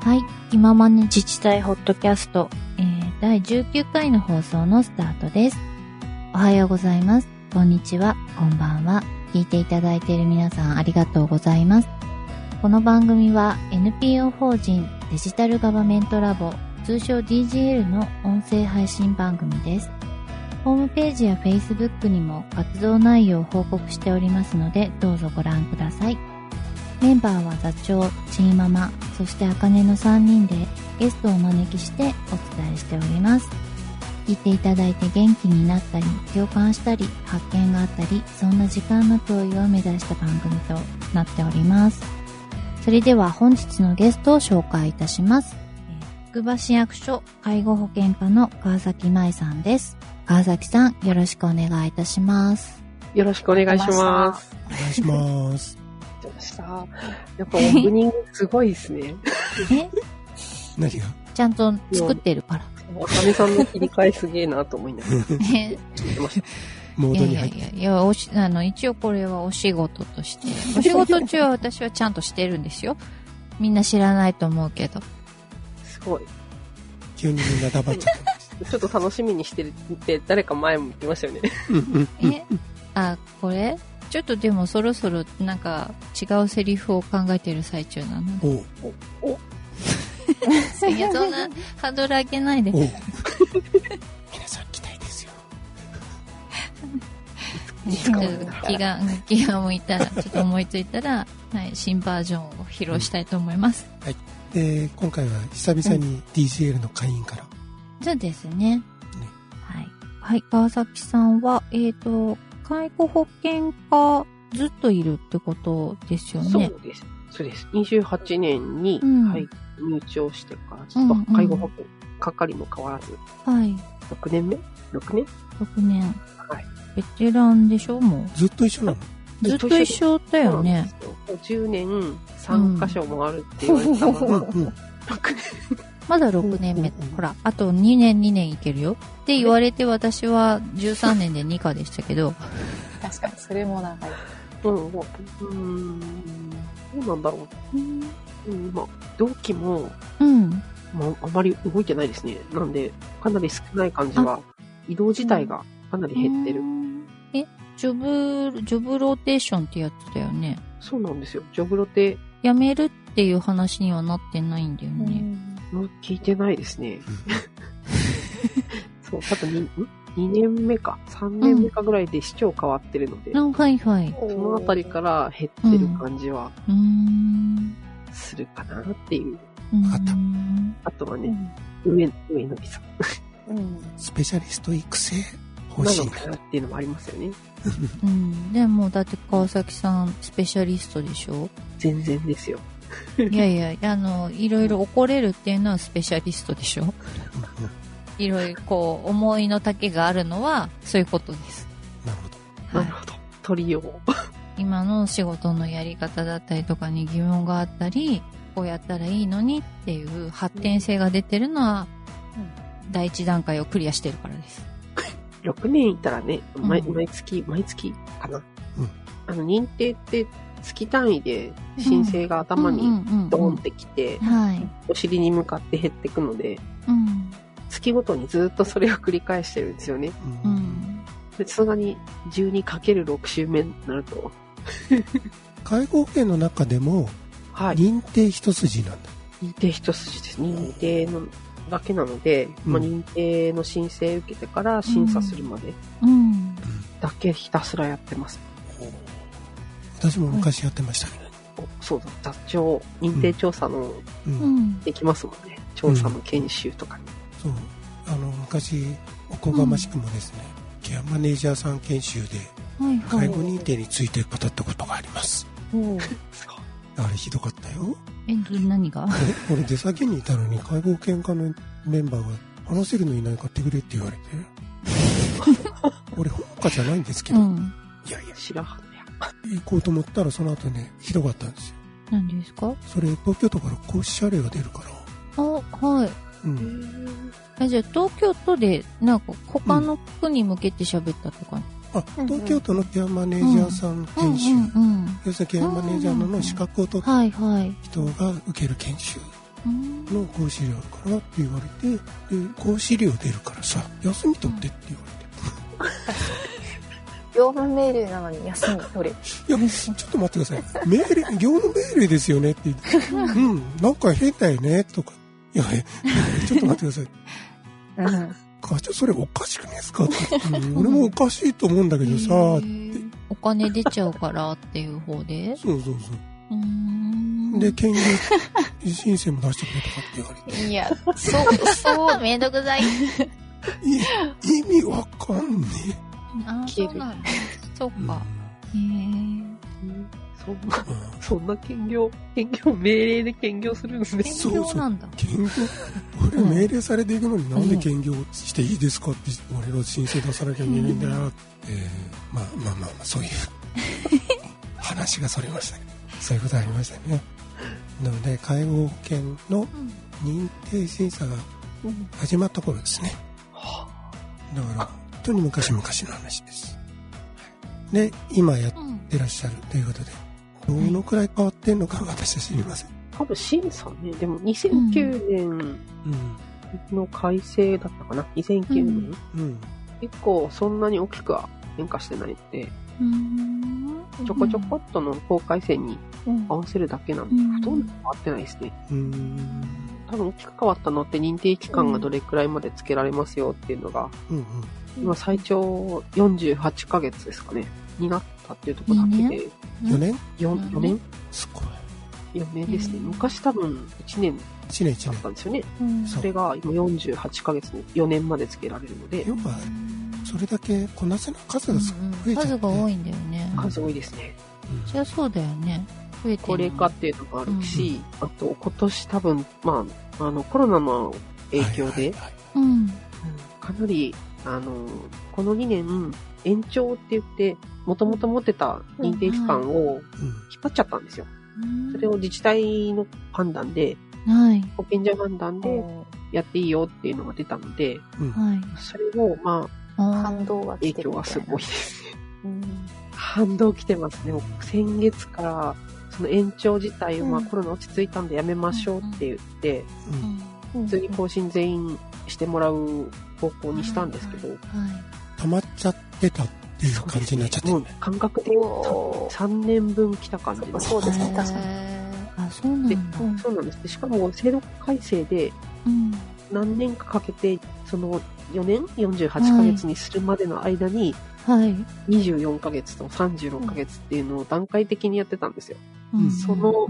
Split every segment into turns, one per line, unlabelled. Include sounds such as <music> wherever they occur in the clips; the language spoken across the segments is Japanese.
はい。気ままに自治体ホットキャスト、えー第19回の放送のスタートです。おはようございます。こんにちは。こんばんは。聞いていただいている皆さんありがとうございます。この番組は NPO 法人デジタルガバメントラボ、通称 DGL の音声配信番組です。ホームページや Facebook にも活動内容を報告しておりますので、どうぞご覧ください。メンバーは座長、チーママ、そしてあかねの3人でゲストをお招きしてお伝えしております。聞いていただいて元気になったり、共感したり、発見があったり、そんな時間の共有を目指した番組となっております。それでは本日のゲストを紹介いたします。えーつくば市役所介護保険課の川崎舞さんです。川崎さん、よろしくお願いいたします。
よろしくお願いします。
お願いします。
出ました。やっぱオープニングすごいですね。
え
何が
ちゃんと作ってるから。
あかねさんの切り替えすげえなと思いながら
え
聞いてまし
モ
いや
ード
い
に
や
入っ
い
て。
やいやおしあの一応これはお仕事と
<laughs>
してお仕事中は私はちゃんとしてるんですよみんな知らないと思うけど
た。すごい。
急にみんな黙っちゃっ
<laughs>
た。
ちょっと楽しみにしてるって誰か前も言ってましたよね。
うんうんうん。
えあこれちょっとでもそろそろなんか違うセリフを考えてる最中なので
おう <laughs>
いやそんなハードル上げないで
おう皆さん期待ですよ。
ちょっと気が気が向いたらちょっと思いついたら、はい、新バージョンを披露したいと思います、
で、今回は久々に DGL の会員から。
そうですね。はい。はい、川崎さんは、えっ、と、介護保険課ずっといるってことですよ
そ
ね。
うです。そうです。28年に、
うん
はい、入庁してから、ずっと介護保険、係も変わらず、
はい。
6年目 ?6 年
6年。
はい。
ベテランでしょも
ずっと一緒なの
う。ずっと一緒だよね。
そうなんですよ。10年3箇所もあるって言われたのが、
うんうん。
6年。
まだ6年目。ほら、あと2年2年いけるよ。って言われて私は13年で2課でしたけ
<laughs>
ど。
確かに、それも長い。
うん、も <laughs> う、うーん、どうなんだろう。うん、まあ、同期も、
うん。
まあ、あまり動いてないですね。なんで、かなり少ない感じは、移動自体がかなり減ってる。。
え、ジョブ、ジョブローテーションってやつだよね。
そうなんですよ。ジョブロテ、
辞めるっていう話にはなってないんだよね。
うん聞いてないです <laughs> ね。そう、あと 2, 2年目か、3年目かぐらいで市長変わってるので、
あ、はいはい。う
そのあたりから減ってる感じは
ーん。
するかなっていう。
わ
かった
あとは
う
ね、
ん。
上、上のりさん
うん。
スペシャリスト育成方
な
針
の
が
か。なっていうのもありますよね。
うん。でも、だって川崎さん、スペシャリストでしょ
全然ですよ。
いやいや、あの、いろいろ怒れるっていうのはスペシャリストでしょ
うんうん
いろいろ、こう、思いの丈があるのは、そういうことです。
なるほど。
は
ないる。ほど。鳥を。
今の仕事のやり方だったりとかに疑問があったり、こうやったらいいのにっていう発展性が出てるのは、第一段階をクリアしてるからです。
6年いたらね、毎,、
うん
毎月、毎月かな。
うん
あの、認定って月単位で申請が頭に
に
ドンってきて、
はい。
お尻に向かって減っていくので、
うん。
月ごとにずっとそれを繰り返してるんですよね。
う
う
んん。
で、さすがに 12×6 週目になると、
介護保険の中でも
はい。
認定一筋なんだ。
認定一筋です。認定のだけなので、
うん
まあ、認定の申請受けてから審査するまで
うん。
だけひたすらやってます。
私も昔やってましたけど。
おそうだ、座長、認定調査の
うん
うん。
できますもんね。調査の研修とかに。
そうあの昔おこがましくもですね、ケアマネージャーさん研修で
はいは
介
い。
護認定について語ったことがあります
うん。
すごい
あれひどかったよ
え、ど何が
え俺出先にいたのに介護保険課のメンバーが話せるのいない買ってくれって言われて俺本家じゃないんですけ
う
ど、
ん。
いやいや
白羽の矢。
行こうと思ったらその後ねひどかったんですよ
何ですか
それ東京都から公使謝礼が出るか
あ、
ら
はい。
うん
えじゃあ、東京都で、なんか、他の区に向けて喋ったとか。
あ
うん
東京都のケアマネージャーさん研修、
うんうんうん。
要するにケアマネージャーの資格を取った
はいはい。
人が受ける研修
うん
の講師料あるからって言われてで講師料出るからさ休み取ってって言わ
業務命令なのに休み取れ。
れて、いやちょっと待ってください命令業務命令ですよねって言ってうんなんか変だよねとかいやえちょっと待ってください
うん。
課長それおかしくないですかって、うん俺もおかしいと思うんだけどさ、
へーお金出ちゃうからっていう方で。
そうそうそう
ーん
うで権利申請も出してくれとかって言われて
いや、そう、そう、めんどくさい。
い意味わかんね
あー
消
そ
える
うなんだ。そう
え、うん
か。へー
そんな、
まあ
そんな兼業、兼業、命令で兼業するんですね。
兼
そう
業なんだ。
兼業 <laughs> 俺命令されていくのになんで兼業していいですかって俺は申請出さなきゃいけないんだよって、えーまあまあまあまあそう <laughs> いう話がそれましたけどそういうことありましたねなので介護保険の
うん
認定審査が
うん
始まった頃ですねだから本当に昔々の話ですで今やっ
うん
てらっしゃるということでどのくらい変わってんのか私は知りません、
多分審査ね、でも2009年
う
の改正だったかな。2009年。
うん
んうん、
結構そんなに大きくは変化してないので、
うーん。
ちょこちょこっとの法改正に
うん
合わせるだけなんで、
うん
ほとんど変わってないですね。
うーん
多分大きく変わったのって認定期間がどれくらいまでつけられますよっていうのが、
うんうん
今最長48ヶ月ですかね、になったっていうところだけで、
4年
4,
うん
4年
すごい
?4 年ですね。
うん
昔多分1年
1年1
だっ
年
たんですよね。
うん
そ
それが今48ヶ月に4年までつけられるので、
要はそれだけこなせの数
うん
が
う
少
ん
増えちゃって
数が多いんだよね。
数多いですね。
そりゃそうだよね。増えてる
高齢化っていうのがあるし、あと今年多分、まあ、あの、コロナの影響で、
はいはいはい
うん。
かなり、あの、この2年、延長って言って、もともと持ってた認定期間を引
うん
っ張っちゃったんですよ。それを自治体の判断で、
はい。
保健所判断でやっていいよっていうのが出たので、
うん
はい。
それも、ま
あ
感動が
あ、
来
影
て
響
るみ
が
た
す
い
ご
ない
で。すね。
うん
反動来てますね。もう先月から、その延長自体を、まあ
うん
コロナ落ち着いたんでやめましょうって言って、
うん
ー。
うん
普通に更新全員してもらう方向にしたんですけど、
はい。
溜まっちゃってたっていう感じになっちゃって
も
る
う感覚的に
おー
3年分来た感じで
そうですね確かに
あ、そうなんだ。
うん
そうなんです。でしかも制度改正で
うん。
何年かかけて、その4年 ?48 ヶ月にするまでの間に、
はい。
24ヶ月と36ヶ月っていうのを段階的にやってたんですよ。
うん
その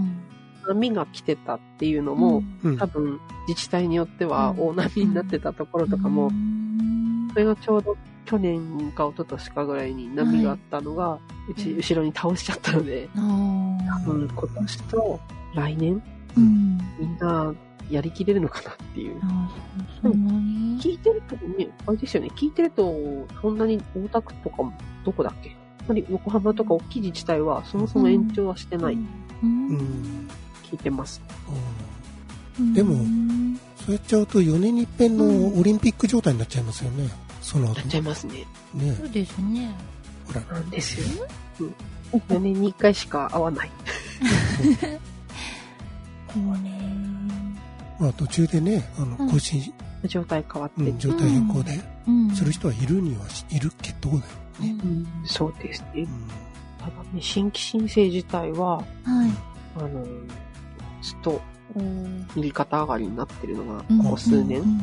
波が来てたっていうのも、
うん
多分自治体によっては大波になってたところとかも、
うん
それがちょうど去年か一昨年かぐらいに波があったのが、うち
うん
後ろに倒しちゃったので、
ああ。
うん、今年と来年
うん。
みんなやりきれるのかなっていう。
あーそそんなに
聞いてるとね、あれですよね、聞いてると、そんなに大田区とかも、どこだっけやっぱり横浜とか大きい自治体は、そもそも延長はしてない、
う
うんん
聞いてます。
うん
うん
でも
うん
そうやっちゃうと4年に一遍のオリンピック状態になっちゃいますよねその後
やっちゃいますね。
ね
そうですね。
ほら
なんですよ。うん。4年に1回しか会わない。
そうね。
まあ途中でねあの
うん
更新、
状態変わって。
うん状態変更で
うん。
する人はいるにはしいるけどだよ
う
ね、
ん。
そうですね
う。ん
ただね、新規申請自体は、
はい。
あの、ずっと
うん
右肩上がりになってるのが、
うん
ここ数
う
年
ん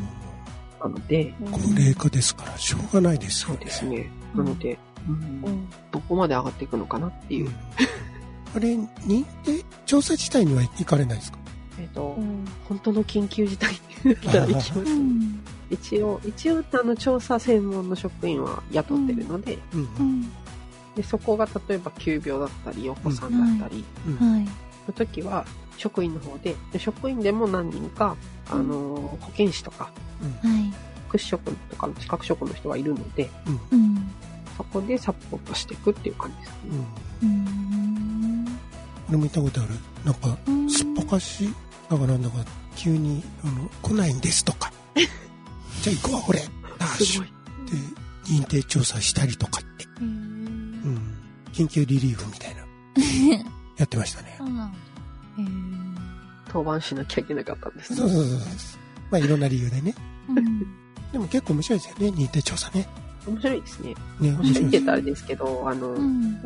なので、
うん
高齢化ですからしょうがないです
そ
よ
う
ね
ですね。なので、うん
うん
どこまで上がっていくのかなっていう
うん。あれ認定調査自体には行かれないですか
えっと
う、ん
本当の緊急事態っていうのができま
う
す。
ん。
一応、一応、あの、調査専門の職員は雇ってるので、
うんう
うんん。
でそこが例えば急病だったり、お子さんだったり
うん
はい。
の時は、職員の方で、で職員でも何人か、あの、保健師とか、
はい。
福祉職とかの資格職の人がいるので、
うん
うん。
そこでサポートしていくっていう感じです
う
ね。
ん
うん。
俺も行ったことあるなんか
うん
すっぽかしだからなんだか急にあの「来ないんです」とか <laughs> 「じゃあ行くわ俺ダッ
す
シ
ご
ュ」
い。
で認定調査したりとかって、
へ
う
ー
ん、緊急リリーフみたいなやってましたね
そうなんだ。へー
登板しなきゃいけなかったんです。
そうそうそうそう。まあいろんな理由でね。
うん
でも結構面白いですよね、日程調査ね。
面白いですね。
ね、
面
面
白い
白
って
いで
言ったらあれですけど、あの、
うん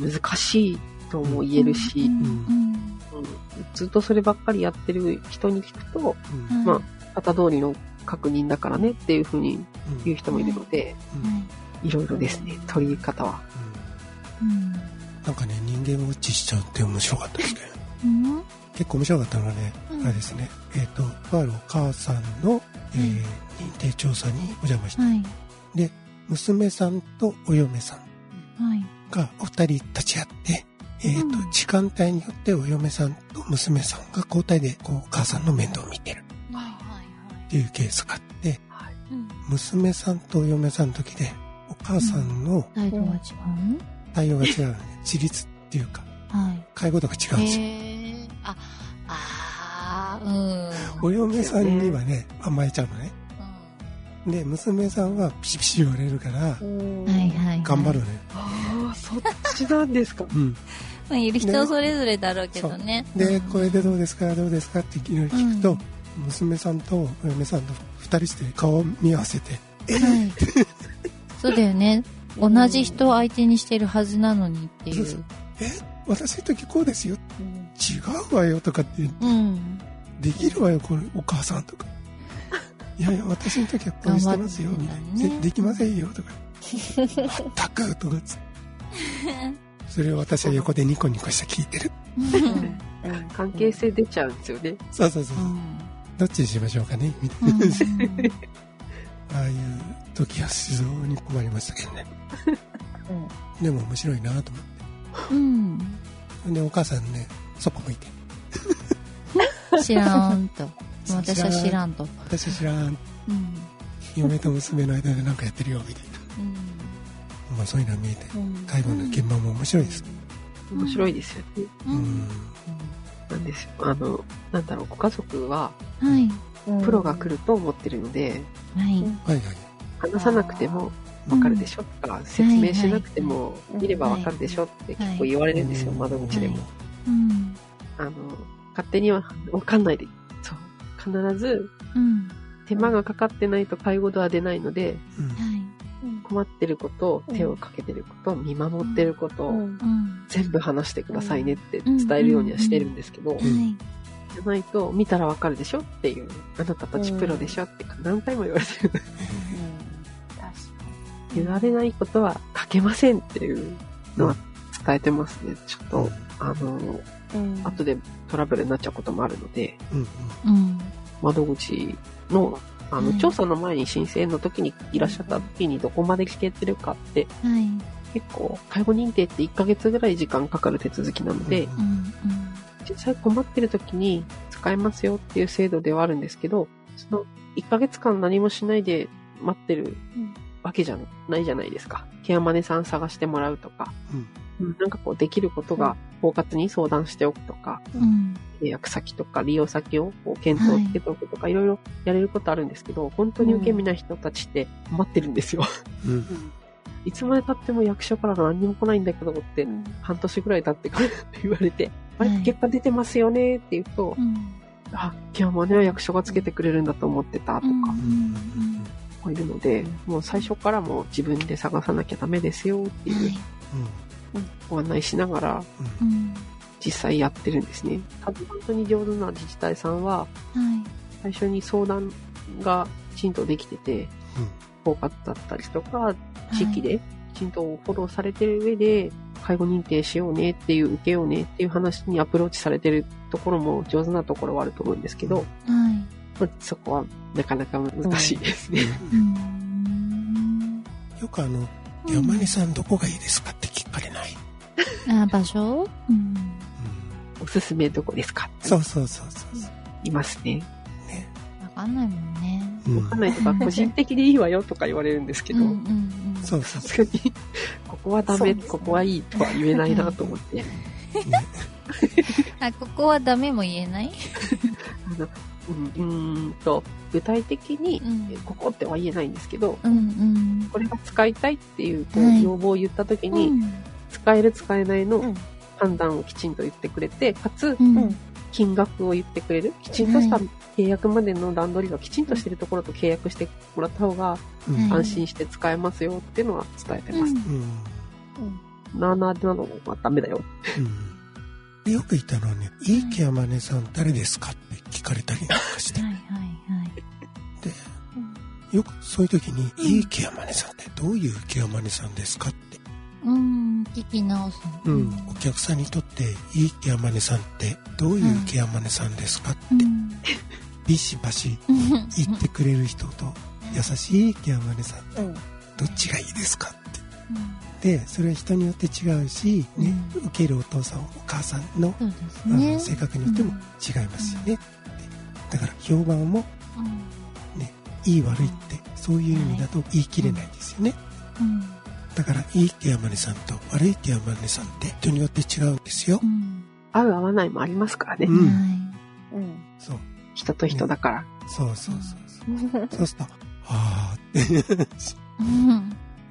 うん。
難しいとも言えるし、
うん
うんずっとそればっかりやってる人に聞くと、
す。うん
うん
まあ型通りの確認だからねっていうふうに
うん
言う人もいるので、
うん
はい
いろいろですね、取り方は。
うん
なんかね、人間ウォッチしちゃうって面白かったですね。
うん
結構面白かったのはね、
うん
あれですね、えっ、と、とあるお母さんの、えー
うん
認定調査にお邪魔して、
はい
娘さんとお嫁さん
はい
がお二人立ち会って、えっ、と、
うん
時間帯によってお嫁さんと娘さんが交代でこうお母さんの面倒を見てる
はいはいはい
っていうケースがあって、
はい
うん
娘さんとお嫁さんの時で、お母さんの
態度が違う
対応が違うのね、自立っていうか、
はい
介護度が違うんですよ。
へえああー
お嫁さんにはね、甘えちゃうのね。で、娘さんはピシピシ言われるから、
うんはいはいはい
頑張るね。
ああ、そっちなんですか。
うん。
まあいる人それぞれだろうけどね
で、これでどうですか、どうですかっていろいろ聞くと、娘さんとお嫁さんと二人して顔を見合わせて、
はい。そうだよね。同じ人を相手にしてるはずなのにってい。
そう私の時こうですよ、違うわよとかって、
うん。
できるわよ、これ、お母さんと
<laughs>
か。いやいや、私の時はこうしてますよ、
頑張ったてん
みい
だ
な。
ね
でできませんよ、とか。全く、とかっ
<laughs>
つって。それを私は横でニコニコして聞いてる。
うん
うん
<laughs> 関係性出ちゃうんですよね。
そうそうそう。どっちにしましょうかね、みたいな。ああいう時は非常に困りましたけ
<laughs>
どね。
うん
でも面白いなと思っ
うん。
て。で、お母さんね、そこ向いて。
うん知らんと。もう私は知らんと。
私は知らん。
うん。
嫁と娘の間でなんかやってるよ、みたいな。まあそういうのは見えて。
うん
介護の現場も面白いです。
面白いですよね。
う。
うんん。
なんですよ。あの、なんだろう、ご家族は
はい。
うん
プロが来ると思ってるので、
はい。
はいはい。
話さなくてもわかるでしょとか、説明しなくても
いはい
見ればわかるでしょって結構言われるんですよ、窓口でも。
うん。
あの、勝手にはわかんないで。そう。必ず
うん。
手間がかかってないと介護度は出ないので、
うん。
はい。
困ってること、手をかけてること、見守ってること
う
を
ん
うん。
全部話してくださいねって伝えるようにはしてるんですけど、
はい。
じゃないと見たらわかるでしょっていう、あなたたちプロでしょって何回も言われてる。
うん確
言われないことはかけませんっていうのは伝えてますね。ちょっ
う
と、
ん。
あの、
かに
後でトラブルになっちゃうこともあるので、
うん。
うん。
窓口の、あ
う
の、
ん
調査の前に申請の時にいらっしゃった時にどこまで聞けてるかって、
はい。
結構、介護認定って1ヶ月ぐらい時間かかる手続きなので、
うん。
実際困ってる時に使えますよっていう制度ではあるんですけど、その1ヶ月間何もしないで待ってる
うん
わけじゃないじゃないですか。ケアマネさん探してもらうとか、
うん
なんかこうできることが包括に相談しておくとか、
うん。うん。
契約先とか利用先をこう検討しておくとか、い、ろいろやれることあるんですけど、本当に受け身な人たちって困ってるんですよ。 <laughs>
うん。うん。
いつまで経っても役所から何にも来ないんだけどって、半年ぐらい経ってからって言われて、あれ
はい
結果出てますよねって言うと、
うん。
あ、今日もね、役所がつけてくれるんだと思ってたとか
うん
うん。うん。
もいるので、もう最初からもう自分で探さなきゃダメですよっていうご案内しながら
うん。
うん。
実際やってるんですね。ただ本当に上手な自治体さんは、
はい。
最初に相談がきちんとできてて、包括だったりとか、地域できちんとフォローされてる上で、介護認定しようねっていう、受けようねっていう話にアプローチされてるところも上手なところはあると思うんですけど、
はい。
まあそこはなかなか難しいですね。
うん。
よくあの、山根さんどこがいいですかって聞かれない。
あ場所うん。
うん。
おすすめどこですかって
そうそうそうそうそ
いますね。
う。ね。
わかんないもんね。
うん
わかんないとか、個人的でいいわよとか言われるんですけど
うんう、んうん。
そうそ
さ
うそ
すがに、 <laughs> ここはダ
そう
メ、
ですね
ここはいいとは言えないなと思って、
う。ね
あ、ここはダメも言えない
うん、うーんと、具体的に
うん、
えここっては言えないんですけど、
うんうん。
これが使いたいっていうこう
はい
要望を言った時
う
に、
ん
使える使えないうの
ん
判断をきちんと言ってくれて、かつ、
うん
うん
金額を言ってくれる、きちんとした契約までの段取りがきちんとしてるところと契約してもらった方が
うん
はい
安心して使えますよっていうのは伝えて
う
ます。
ん
うん
なあなあなのはダメだよ。
うんでよく言ったのはね「いいケアマネさん誰ですか?」って聞かれたりなんかして
はいはいはい。
よくそういう時に「いいケアマネさんってどういうケアマネさんですか?」って、
うん、聞き直す。
うん、お客さんにとって「いいケアマネさんってどういうケアマネさんですか?」ってビシバシ言ってくれる人と優しいケアマネさん
うん。
どっちがいいですかってでそれは人によって違うし、ね、受けるお父さんお母さんの
そうです
あの
ね。
性格によっても違いますよね、だから評判もいい悪いってそういう意味だと言い切れないですよねだからいいケアマネさんと悪いケアマネさんって人によって違うんですよ、
合う合わないもありますからね。
うん
うん。
そう
人と人だから。
そうそうそう <laughs> そうそうすると「ああ」って <laughs>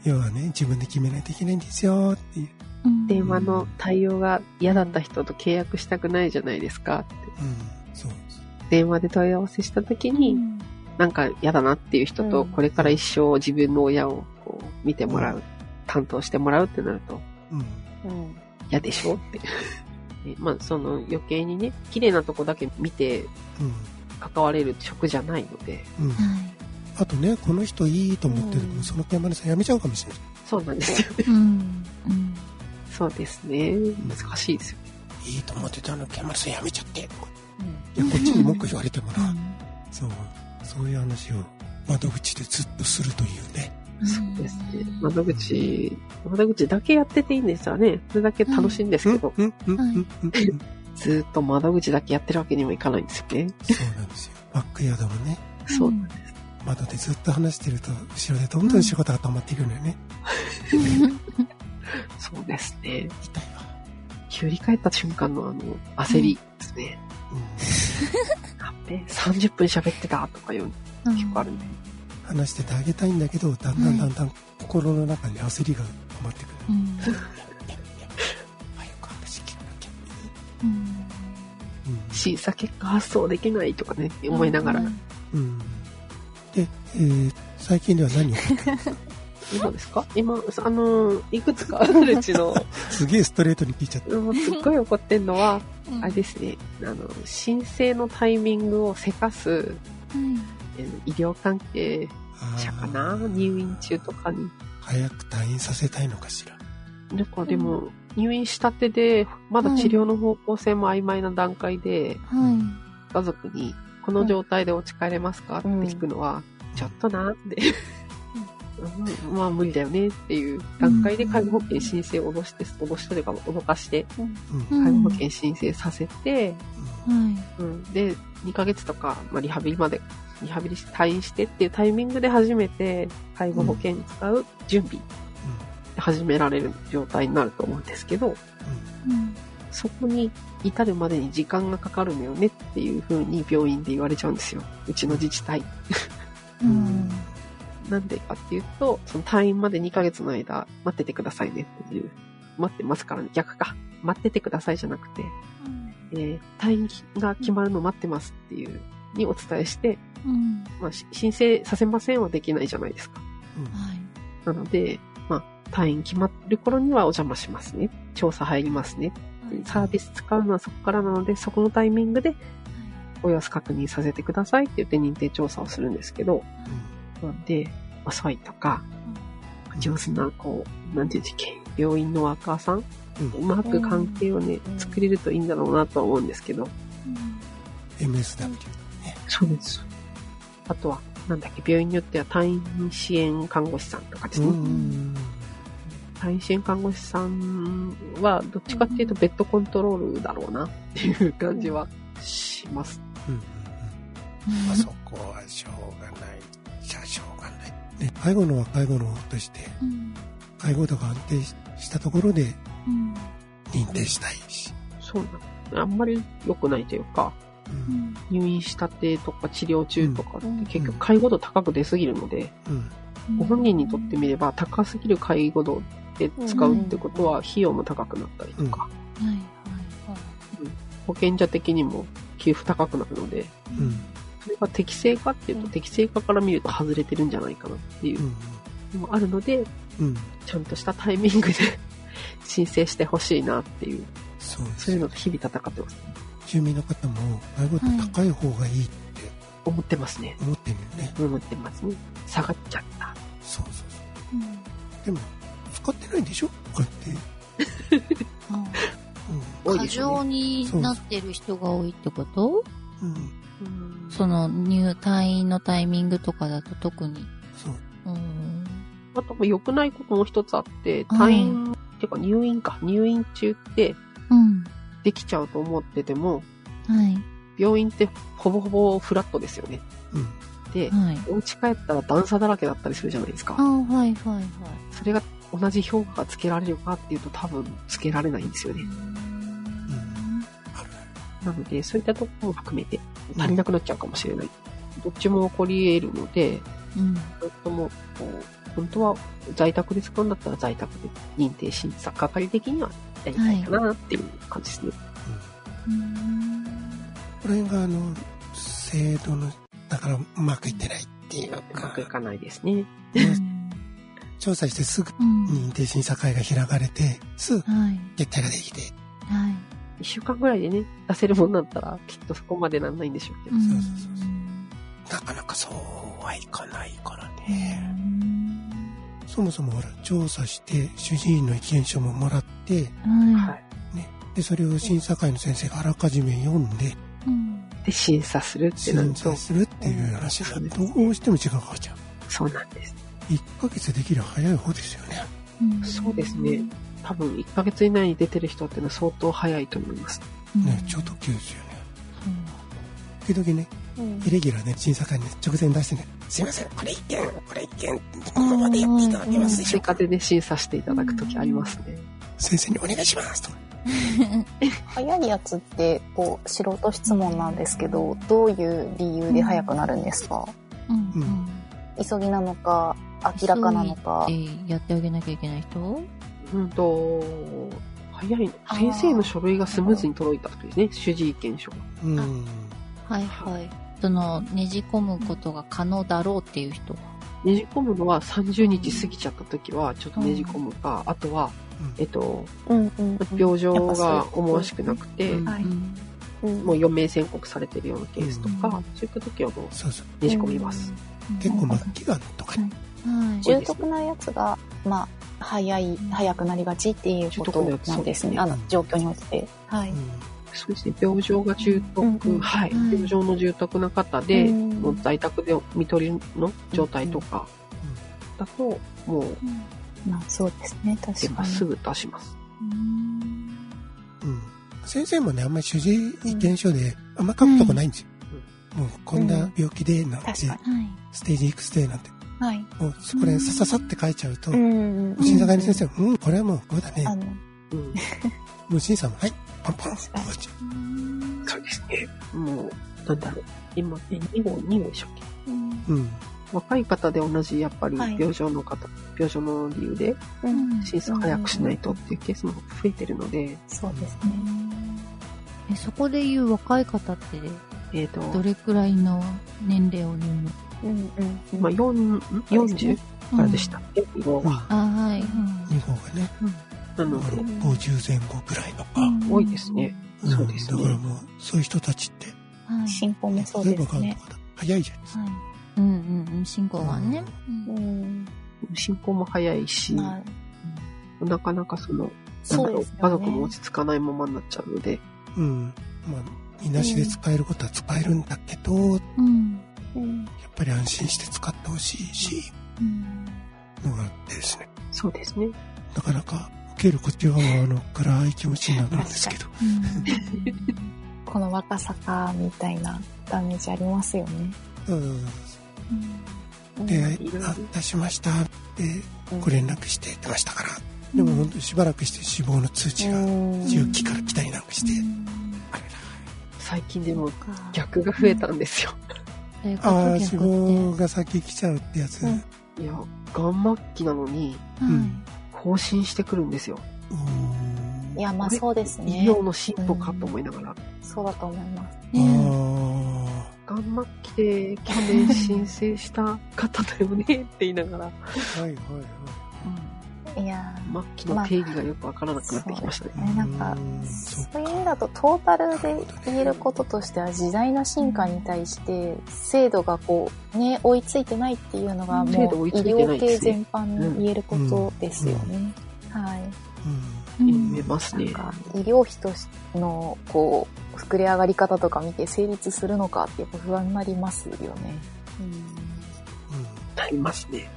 要はね自分で決めないといけないんですよっていう、
電話の対応が嫌だった人と契約したくないじゃないですかって。
うん、そう
電話で問い合わせした時に、なんか嫌だなっていう人と、
うん
これから一生自分の親をこう見てもらう、担当してもらうってなると、
うん
うん。
嫌でしょって。 <laughs> でまあ、その余計にね、綺麗なとこだけ見て関われる職じゃないので、
うんうんあとねこの人いいと思ってるけど、そのケアマネさんやめちゃうかもしれない
そうなんですよね。そうですね。難しいですよ。
いいと思ってたのにケアマネさんやめちゃっていやこっちに文句言われてもなそうそういう話を窓口でずっとするというね
そうですね。窓口、窓口だけやってていいんですよね。それだけ楽しいんですけど、
うんうんうんうんうん
ずっと窓口だけやってるわけにもいかないんですよね。
そうなんですよ。バックヤードもね、
そう。
窓でずっと話してると、後ろでどんどん仕事が溜まっていくのよね。
そうですね。
痛いわ。
切り替えた瞬間のあの、焦りですね。
うん。
やっべ30分喋ってたとかいうの結構あるんで。
話しててあげたいんだけど、だんだんだんだん心の中に焦りが溜まってくる。いやいや早く話聞かなきゃ。うん
審査結果発送できないとかね、思いながら。
うん。で、えー最近では何を
今ですか今、あの、いくつかあるうち
<laughs>
の、
すげえストレートに聞いちゃった。
もうすっごい怒ってんのは、あれですね、あの、申請のタイミングをせかす、えー医療関係者かな
あー
入院中と。かに。
早く退院させたいのかしら。
なんかでも、入院したてで、まだ治療の方向性も曖昧な段階で、家族に、この状態でお家帰れますか、
うん
って聞くのは、ちょっとなって。うんまあ無理だよねっていう段階で介護保険申請を脅して、脅しというか脅かして、
うん。うん。
うん
介護保険申請させて、うん、で、2ヶ月とか、まあ、リハビリまで、リハビリして退院してっていうタイミングで初めて、介護保険使う準備、始められる状態になると思うんですけど、そこに至るまでに時間がかかるのよねっていう風に病院で言われちゃうんですよ。うちの自治体。
うん。
なんでかっていうと、その退院まで2ヶ月の間、待っててくださいねっていう。待ってますからね。逆か。待っててくださいじゃなくて、えー退院が決まるの待ってますっていう、にお伝えして、まあ、し申請させませんはできないじゃないですか。なので、まあ、退院決まる頃にはお邪魔しますね。調査入りますね。サービス使うのはそこからなので、そこのタイミングでお様子確認させてくださいって言って認定調査をするんですけど、なんで、遅いとか、上手な、こう、なんていうんですか、病院のワーカーさん、
うん
うまく関係をね
う、ん
作れるといいんだろうなとは思うんですけど、
MSW。
そうです。あとは、なんだっけ、病院によっては退院支援看護師さんとかですね。
うん。
退院支援看護師さんは、どっちかっていうとベッドコントロールだろうなっていう感じはします。
うんうんうんまあそこはしょうがないじゃあしょうがない、ね、介護のは介護のとして介護度が安定ししたところで認定したいし、
そうなの。あんまり良くないというか、
うん
入院したてとか治療中とかって
うん
結局介護度高く出すぎるので、
うん
ご本人にとってみれば高すぎる介護度で使うってことは費用も高くなったりとか、保険者的にも給付高くなるので、 <laughs>
うん
それが適正かっていうと、適正化から見ると外れてるんじゃないかなっていううんのもあるので、
うん
ちゃんとしたタイミングで <laughs> 申請してほしいなっていう、
そうで
そう
す
いう
ね
のと日々戦ってます。
住民の方もだいぶ高い方がいいって
思ってますね。
思ってるよね、
思ってますね。下がっちゃった。
そうそうそうでも使ってないんでしょこうやって、
多い
過
ですよ
剰
ね。
になってる人が多いってこと
うんう
う
ん、
ん
その入退院のタイミングとかだと特に。
そう
うん。
あともう良くないことも一つあって、
うん
退院、っていうか入院か、入院中って
うん。
できちゃうと思ってても、
はい。
病院ってほぼほぼフラットですよね。
うん
で、
はい。
お家帰ったら段差だらけだったりするじゃないです
あ
か。
はいはいはい。
それが同じ評価がつけられるかっていうと多分つけられないんですよね。
あるある
なので、そういったところも含めて足りなくなっちゃうかもしれない。どっちも起こり得るので、
うん。
どっちもこう本当は在宅で使うんだったら在宅で認定審査係的にはやりたいかなっていう感じですね。
うん
うん
これがあの制度のだからうまくいってないっていう
うまくいかないですね。
調査してすぐ
うん。
認定審査会が開かれてすぐ
はい。
決定ができて
はい。
一週間ぐらいでね、出せるもんだったらきっとそこまでなんないんでしょうけど。
ん
そうそうそうそなかなかそうはいかないからねそもそもほら調査して主治医の意見書ももらって
うんは。
はいい。
でそれを審査会の先生があらかじめ読んで
うん
で、審査するってなる
審
と
査、するっていう話がどうしても時間かかっちゃう
そうなんです。
1ヶ月できる早い方ですよね
うん
そうですね。多分1ヶ月以内に出てる人っていうのは相当早いと思います。
ね超特急ですよね時々ねイレギュラーね、審査会に直前に出してね、すいません、これ一件、これ一件、このままでやっていただけますでし
追
ょうか
加。でね、審査していただくときありますね。
先生にお願いしますと。
早いやつってこう素人質問なんですけどどういう理由で早くなるんですか
うん。う
うん
ん。
急ぎなのか明らかなのか
えーやってあげなきゃいけない人
うんと、早いの
あー
先生の書類がスムーズに届いたとですね、主治医研書が。
うん。
はいはい。その、ねじ込むことが可能だろうっていう人は。
ねじ込むのは30日過ぎちゃったときは、ちょっとねじ込むか、あとは、えっと、
うんうん
病状が思わしくなくて、
うん
はい
うん
うん
もう余命宣告されてるようなケースと
う
か
ん、
そういったときはもう
そうそう。
ねじ込みます。
結構末期がんとかね。
はい。
重篤なやつがまあ早い早くなりがちっていうことなんですねあの状況に応じてはい
そうですね、病状が重篤、
うんうん
はい、
うん
病状の重篤な方で、
うん
もう在宅で見取りの状態とかだと、もう
まあそうですね確
出
か
ま
に
す、すぐ出します。
うんうん先生もね、あんまり主治医検証で、あんま書くとこないんですよ。もうこんな病気でなんて、
確かに
はい。
ステージいくつでなんて、
はい
もうそこでさささって書いちゃうと、
ん
審査会の先生は、うん、これはもうこうだね
あ。の
うん、
もう審査も、はい、パンパンって終わっちゃ
そうですね。も
<laughs>
う、なんだろう、今、え2号、2号でしたっけ
う。うん。
若い方で同じ、やっぱり
はい
病状の方、病状の理由で
うん
審査早くしないとっていうケースも増えてるので、
そうですね
えそこで言う若い方って
えっ、
ど
と、
れくらいの年齢を言うの
うんうんうん
今、4、ん40からでしたっけ、二号は。
あはい、うん
日本がね、
な
だ
の
から
で、
50前後くらいのか。
多いですね。
うん
そうですね
だからもう、そういう人たちって、
はい、
進行もそうです
例え
ね
ば。ガンとかだ早いじゃないですか。
はい、うんうんうん進行はね、うん
うん、
進行も早いし、
まあ、
なかなかその、なん
そ
だ
う
ろ
で
う
すよね。
家族も落ち着かないままになっちゃうので、
うん。まあ、みなしで使えることは使えるんだけど、や
うん
うん
っぱり安心して使ってほしいし、
うん
のがあってですね。
そうですね。
なかなか受けるこっち側はあの暗い気持ちになるんですけど。
この若さかみたいなダメージありますよね。
うん。
うん
で、
うん
あ、出しましたって、
うん
ご連絡して出ましたから。でも本当にしばらくして死亡の通知が、
うん
重機から来たりなんかして、あれだ。
最近でも逆が増えたんですよ。
大 <laughs> 学
ああ、
客
死亡が先来ちゃうってやつ。
うん
いや、ガン末期なのに
はい
うん
更新してくるんですよ。
うーん
いや、まあそうですね
医。療の進歩かと思いながら、
そうだと思います。
ね
あ
頑張って去年申請した方だよねって言いながら、
あ、はいはいはい。
いやー
末期の定義がよくわからなくなってきましたね。
ねなんか
うそっ
そういう意味だとトータルで言えることとしては時代の進化に対して制度がこうね追いついてないっていうのがも
制
う
度追い
医
ついてな
療
いで
系
すね
全般に言えることですよね。はい。
う
うん
言えます
なん
ね。
か医療費としてのこう膨れ上がり方とか見て成立するのかってやっぱ不安になりますよね。
んうん
なりますね。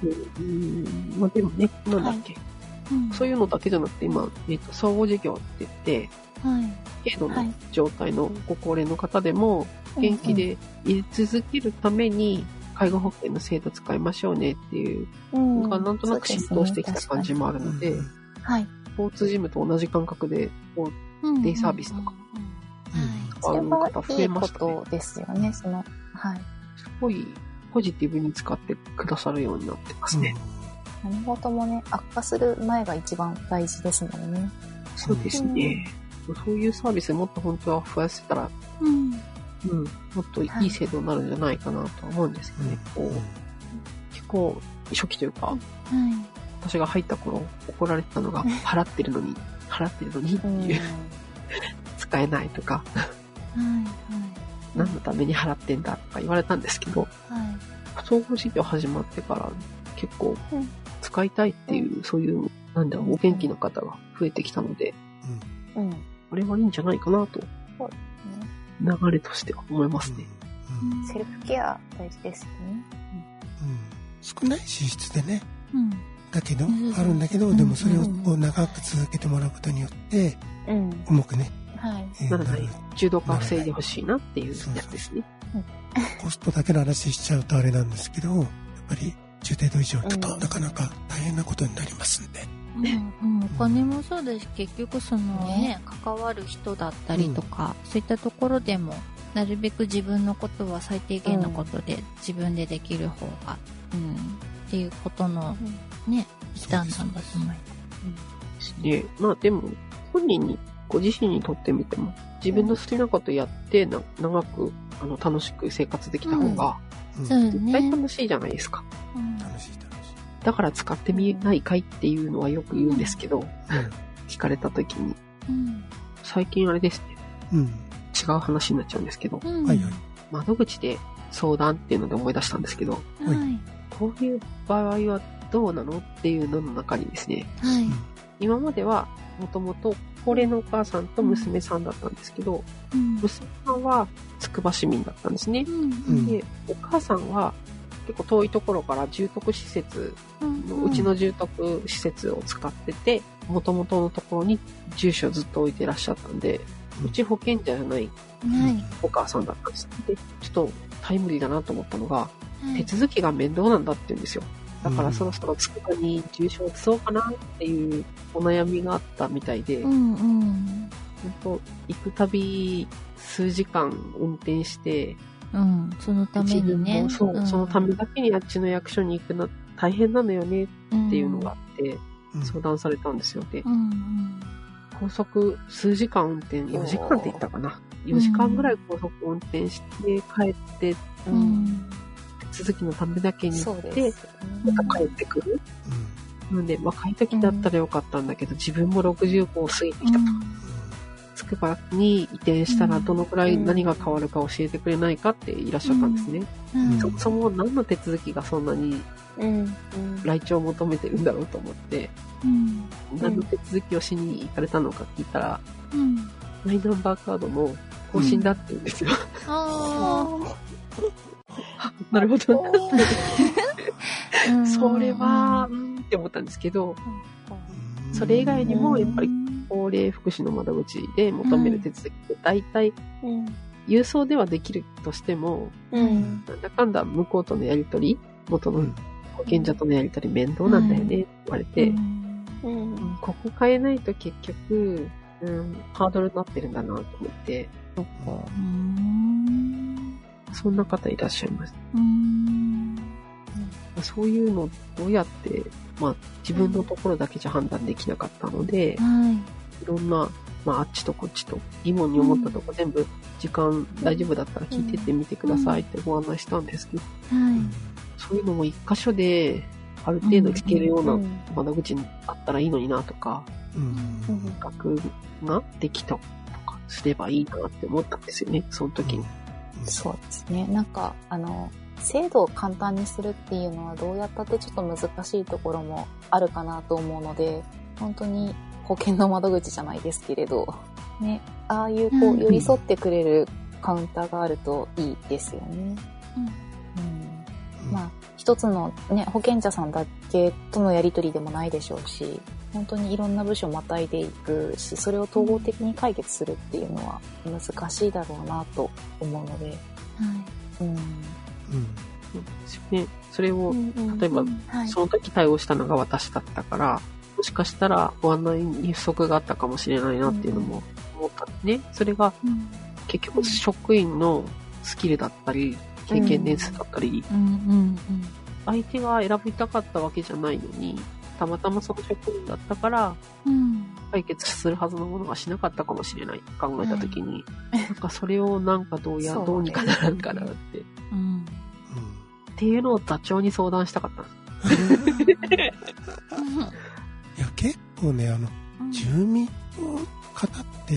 うん
うん。まあでもね、なんだっけ。
うん
そういうのだけじゃなくて、今、えっと、総合事業って言って、
はい
軽度の
はい
状態のご高齢の方でも、元気でい続けるために、介護保険の制度使いましょうねっていう、
うん
なんかなんとなく浸透してきた感じもある
うん
ので、
はい。
スポーツジムと同じ感覚で、こ
うん
デイサービスとか
うんうん
う、
そ
使
れ
う
は
方増
い
え
い
ま
こ
したね
と。ですよね。その、はい。
すごいポジティブに使ってくださるようになってますね。
何事もね、悪化する前が一番大事ですもんね。
そうですね。そういうサービスもっと本当は増やせたら、
うん
うん、もっといい制度になるんじゃないかなとは思うんですけどね。
うん
こう結構、初期というか、
はい
私が入った頃怒られてたのが、払ってるのに、払ってるのにって
うん
いう、使えないとか、
はい
何のために払ってんだとか言われたんですけど、
はいはい
総合事業始まってから結構
うん
使いたいっていう、そういう、なんだ、お元気の方が増えてきたので、
うん。ね
あれはいいんじゃないかなと、流れとしては思いますね。
うんうん
セルフケア大事ですよね。
少ない支出でね
うん
だけど
うん
あるんだけどでもそれを
うん
こう長く続けてもらうことによって
うん。
重くね、
はい。
えー
ならない
る
柔道化を防いでほしいなっていうやつですね。
コストだけの話しちゃうとあれなんですけどやっぱり中程度以上だと
うん
なかなか大変なことになりますんで、
うんうんお金もそうだし結局そのね関わる人だったりとか、そういったところでもなるべく自分のことは最低限のことで自分でできる方が、うん、っていうことのね一端なんだと思います。
で、まあでも、本人に、ご自身にとってみても、自分の好きなことやって、な長く、あの、楽しく生活できた方が、
うん
そうです
絶
ね。
対楽しいじゃないですか。
うん
楽しい楽しい、
だから使ってみないかいっていうのはよく言うんですけど、聞かれた時に、
うん
最近あれですね、
うん
違う話になっちゃうんですけど、
うん
はいはい
窓口で相談っていうので思い出したんですけど、
はい
こういう場合はどうなのっていうのの中にですね、
はい
今まではもともと高齢のお母さんと娘さんだったんですけど、
うん
娘さんはつくば市民だったんですね。
うん
で、お母さんは結構遠いところから住宅施設の、
うん
うちの住宅施設を使ってて、元々のところに住所をずっと置いてらっしゃったんで、
うん
うち保険者じゃない
はい
お母さんだったんです。で、ちょっとタイムリーだなと思ったのが、
はい
手続きが面倒なんだって言うんですよ。だか
う
ら
ん
そろそろつくばに住所を移そうかなっていうお悩みがあったみたいで、
う
本
んうん
当行くたび数時間運転して、
うんそのために
一日
ね
もそう、
ん
そのためだけにあっちの役所に行くの大変なのよねっていうのがあって、
うん
相談されたんですよ。で
う、んうん
高速数時間運転、4時間って言ったかな。4時間ぐらい高速運転して帰って、
う
うんん。
手続きのためだけに行
そ
っ
う
て、
ですよね。
また帰ってくる。
うんうん
なんで、若い時だったらよかったんだけど、自分も65を過ぎてきたと。つくばに移転したらどのくらい何が変わるか教えてくれないかっていらっしゃったんですね。
うん
うん
そもそも何の手続きがそんなに
うん。うん
来庁を求めてるんだろうと思って、
うん
何の手続きをしに行かれたのか聞いたら、
うん
マイナンバーカードの更新だって言うんですよ。
あ
<laughs> なるほ
ー
ど。
うん
それは、うんって思ったんですけど、
うん
それ以外にもやっぱり
うん
高齢福祉の窓口で求める手続きって大体
<laughs> うん。
郵送ではできるとしても、
う。
うんん
なんだかんだ向こうとのやりとり、元
う
の
ん
保険者とのやりとり面倒なんだよねって言われて、
うん
うん。
ここ変えないと結局、うん、ハードルになってるんだなと思って、
うん
そんな方いらっしゃいます。
うん
そういうのをどうやって、まあ自分のところだけじゃ判断できなかったので、
はい
いろんな、まあ、あっちとこっちと疑問に思ったとこ全部時間大丈夫だったら聞いてってみてくださいってご案内したんですけど、
はい。
そういうのも一箇所である程度聞けるような窓口にあったらいいのになとか、
うん
学ができたとかすればいいなって思ったんですよね、その時に。
そうですね。なんか、あの、制度を簡単にするっていうのはどうやったってちょっと難しいところもあるかなと思うので、本当に保険の窓口じゃないですけれど、 <laughs> ね、ああいうこ
うん
う寄り添ってくれるカウンターがあるといいですよね。うんまあ、一つのね、保険者さんだけとのやり取りでもないでしょうし、本当にいろんな部署をまたいでいくし、それを統合的に解決するっていうのは難しいだろうなと思うので、うん。
うん
そうですよね。それを、
はい。
例えば
はい。
その時対応したのが私だったから、もしかしたらご案内に不足があったかもしれないなっていうのも思ったんでね。それが
うん
結局職員のスキルだったり、経験年数だったり、
うんうんうん。
相手が選びたかったわけじゃないのに、たまたまその職員だったから、
うん。
解決するはずのものがしなかったかもしれない考えた時に、なんかそれをなんかどうや、
そうね
どうにかならんかなって。っ
うん。
ていうのを座長に相談したかったんです。
いや結構ねあの住民の方って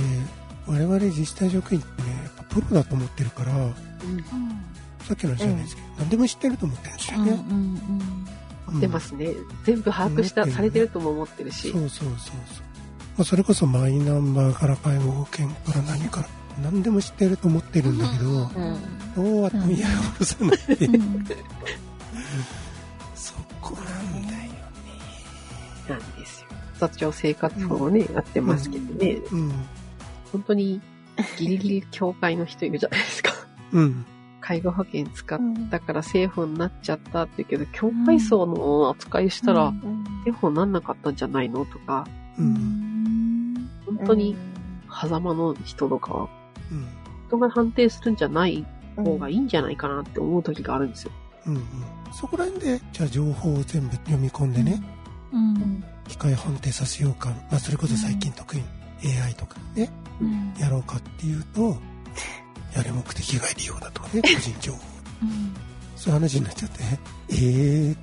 我々自治体職員ってねやっぱプロだと思ってるからさっきの話じゃないですけど、何でも知ってると思ってるんですよ
うんう
ね、
んうん。
うん
出ますね。全部把握した、
うん
されてるとも思ってるし
そ。うそうそうそう、まあ、それこそマイナンバーから介護保険から何から何でも知ってると思ってるんだけど、どうやっても嫌がらさないで、
うん
そこなんだよね
なんですよ。座長生活法をね、やってますけどね、
うん
本当にギリギリ協会の人いるじゃないですか。
うん
<laughs> 介護保険使ったからセーフになっちゃったって言うけど、協会層の扱いしたら、セーフになんなかったんじゃないのとか、
う
うんん。
本当に狭間の人とかは
うん
人が判定するんじゃない方が
い
いいんじゃないかなって思う時があるんですよ。
うんうんそこら辺でじゃあ情報を全部読み込んでね、
うん。
機械判定させようか、まあ、それこそ最近得意の AI とかね、
うん
やろうかっていうと、やる目的外利用だとかね、個人情報、
うん
そういう話になっちゃって、えーっていう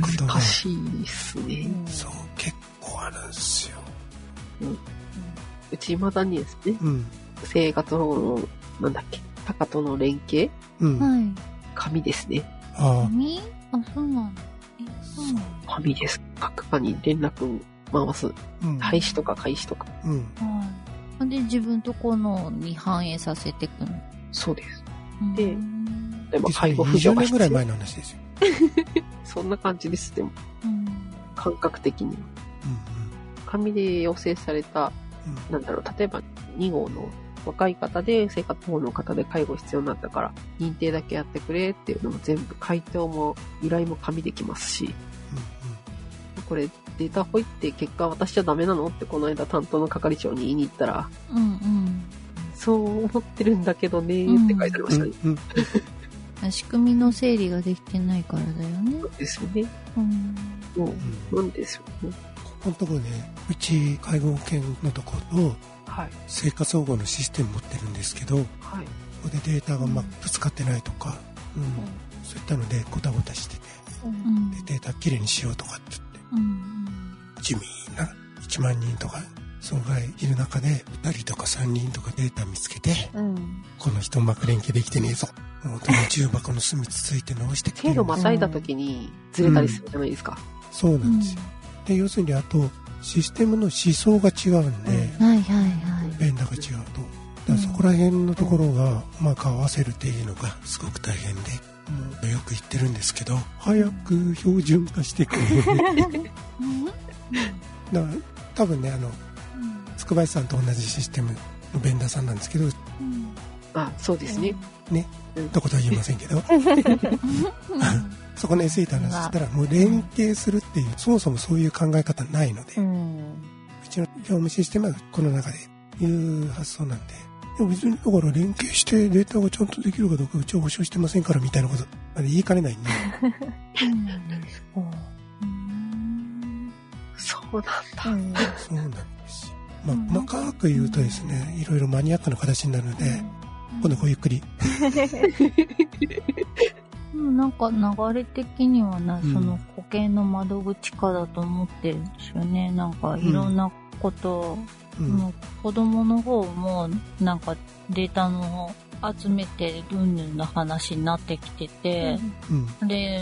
ことが
難、しいですね。
そう、結構あるんですよ。
うち未だにですね、
うん、
生活保護の、なんだっけ、タカとの連携、
うん、あ
はい。
紙ですね。
あ、
紙あ、そうなんだ。え、そうなんだ。
紙です。各課に連絡を回す。
うん、
廃止とか開始とか。
うん、
はい。で、自分とこのに反映させていくの。
そうです。
うん
で例えば
でそれ
介護不助
20
が
年ぐら
必
い
要。
前の話ですよ。
そんな感じです。でも、
うん
感覚的には。
うん
紙で要請された、
うん
なんだろう、例えば2号の若い方で生活保護の方で介護必要になったから、認定だけやってくれっていうのも全部、回答も依頼も紙できますし、これデータホイって結果渡しちゃダメなのってこの間担当の係長に言いに行ったら、
うんうん。
そう思ってるんだけどねーって書いてありま
う
し
ん、
た
う
ね。
ん、うん、
仕組みの整理ができてないからだよね。
ですよね。
うん。
もう、な
うん。
んですよね。
ここのところね、うち介護保険のところと
はい。
生活保護のシステム持ってるんですけど、
はい。
ここでデータがまあぶつかってないとか、うんそういったのでごたごたしてて
うん。
でデータきれいにしようとかって
うん。
言って地味な1万人とかそのぐらいいる中で2人とか3人とかデータ見つけてこの人うまく連携できてねえぞ本当に重箱の隅つついて直してきて
制
る
度またいだ時にずれたりするじゃないですか。
そう
う
なん
ん
ですよ、で要するにあとシステムの思想が違うんで、
はいはいはい。
ベンダが違うとだからそこら辺のところがうまく合わせるっていうのがすごく大変で、もうよく言ってるんですけど早く標準化してく <laughs> れ
うん
だから多分ねあの筑林さんと同じシステムのベンダーさんなんですけど
うん
あ、そうですね。
どことは言いませんけどそこの SE と話したらもう連携するっていうそもそもそういう考え方ないので、うちの業務システムはこの中でいう発想なんで。でも別にだから連携してデータがちゃんとできるかどうかうちは保証してませんからみたいなことあれ言いかねないんで
うん
そうなんだ。
そうなんですよまあ、
うん
細かく言うとですね、いろいろマニアックな形になるので、今度ごゆっくり。
でもなんか流れ的にはな、
うん
その固形の窓口かだと思ってるんですよね。なんかいろんなこと、
うん
もう子供の方もなんかデータの集めてうんぬんな話になってきてて、
うん
で、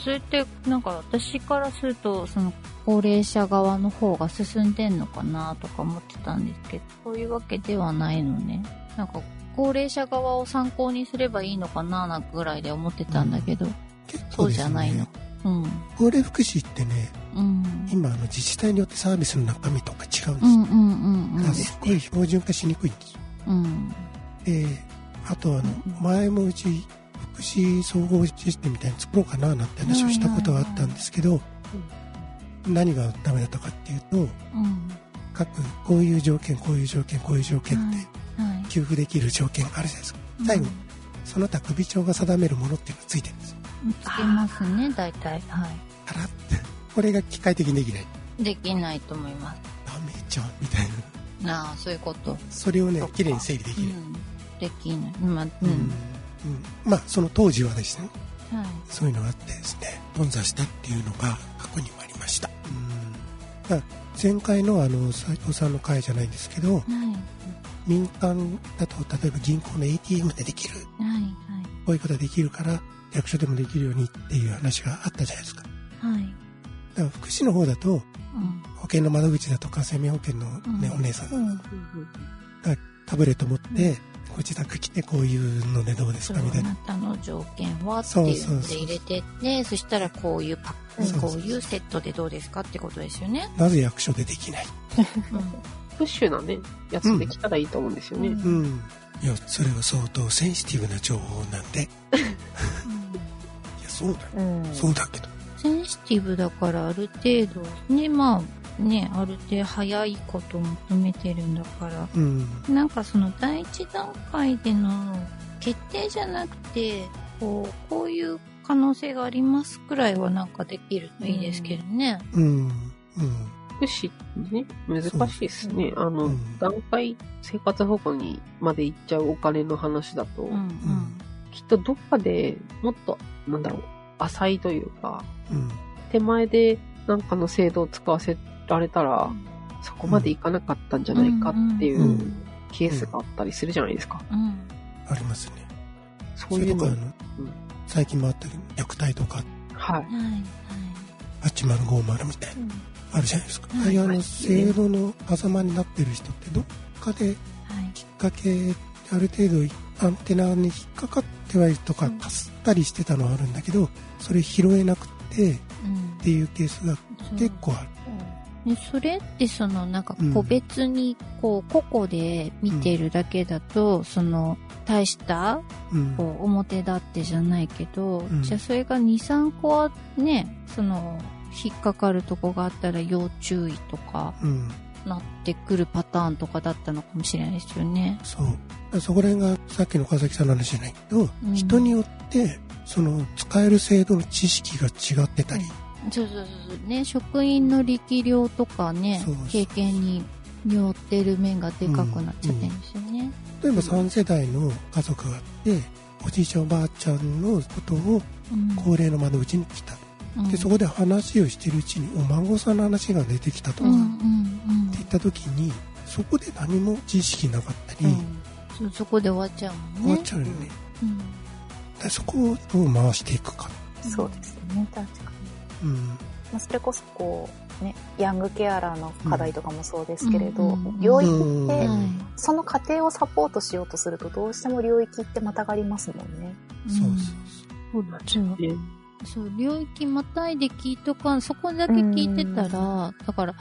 それってなんか私からすると、その高齢者側の方が進んでんのかなとか思ってたんですけど、そういうわけではないのね。なんか高齢者側を参考にすればいいのかななんかぐらいで思ってたんだけど、
結
そ
構
う
です
じ
ね
ゃないの。うん。
高齢福祉ってね
うん。
今あの自治体によってサービスの中身とか違うんです
う
よ、
んうんうんう
だ
ん
から。すっごい標準化しにくいんですよ
うん。
であとあの
うん
前もうち福祉総合システムみたいに作ろうかななんて話をしたことはあったんですけど何がダメだったかっていうと
うん。
各こういう条件こういう条件こういう条件っ
はい
て
はい。
給付できる条件があるじゃないですか最後
うん
その他首長が定めるものっていうのがついてるんですよ
つけますね、大体。はい。
あらってこれが機械的にできない
できないと思います。
ダメじゃんみたいな
ああ、そういうこと。
それをね
そっか
綺麗に整理でき
う
ない、
ん。できない。まあ、う
うん
ん。
まあその当時はですね
はい。
そういうのがあってですね頓挫したっていうのが過去にもありました、うん、だから前回のあの斉藤さんの会じゃないんですけど
はい。
民間だと例えば銀行の ATM でできる
はい。
こういうことができるから役所でもできるようにっていう話があったじゃないですかだ
はい。はい。
から福祉の方だと
うん。
保険の窓口だとか生命保険の、
う
ね
ん
お姉さん
うんうん
タブレット持ってご自宅来てこういうのでどうです
そう
かみた
あ
いな
なたの条件はっていう
そうそう
の
そ
で
う
入れてってそしたらこういうパ
そうそう
ックこういうセットでどうですかってことですよね。
なぜ役所でできない
プッシュなね、やつできたらいいと思うんですよね。
うん
うんいやそれは相当センシティブな情報なんでいやそうだよ
うん
そうだけど
センシティブだからある程度ねまあねある程度早いことを求めてるんだから
うん
なんかその第一段階での決定じゃなくてこうこういう可能性がありますくらいはなんかできるといいですけどね。
うんうん
福祉ってね、難しいですね。あの、
うん
段階、生活保護にまで行っちゃうお金の話だと、
うんうん
うん
きっとどっかでもっと、なんだろう、浅いというか、
うん
手前でなんかの制度を使わせられたら、そこまでいかなかったんじゃないかってい
うんう
うんケースがあったりするじゃないですか。
うん
ありますね
そ
そうれ
いう
と
の
かあ。の
うん
最近もあったけど虐待とか
はい。
はいはい
8050みたいなあるじゃないですか
うん
ああいうあ
あり
の
ますね
制度の狭間になってる人ってどっかで
はい
きっかけである程度アンテナに引っかかってはいるとか
うん
かすったりしてたのはあるんだけどそれ拾えなくてっ
うん
ていうケースが
そう
結構ある
ねそれってそのなんか
うん
個別にこう個々で見てるだけだと、その大した
うん
こう表立ってじゃないけど、
ん
じゃあそれが23個はねその引っかかるとこがあったら要注意とか
うん
なってくるパターンとかだったのかもしれないですよね。
そうそこら辺がさっきの川崎さんの話じゃないけど、
うん
人によってその使える制度の知識が違ってたり、
そうそうそうそうね職員の力量とかね
そうそう
経験によってる面がでかくなっちゃってるんですよね。
例えば3世代の家族があっておじいちゃんおばあちゃんのことを
うん
高齢の窓口に来た、
うん
でそこで話をしてるうちにお孫さんの話が出てきたと
う
か、
んうんう
って
ん
言った時にそこで何も知識なかったり、
そうそこで終わっちゃうもん
終
ね
わっちゃうよね
うん
だからそこをどう回していくか、
そうですね、確かに。
うん
まあ、それこそこう、ね、ヤングケアラーの課題とかもそうですけれど、
うん
領域
うん
って、
はい
その過程をサポートしようとするとどうしても領域ってまたがりますもんね。
そう
うん
そ
そうなんです
そう
ね。
そう領域またいで聞いとかんそこだけ聞いてたらだから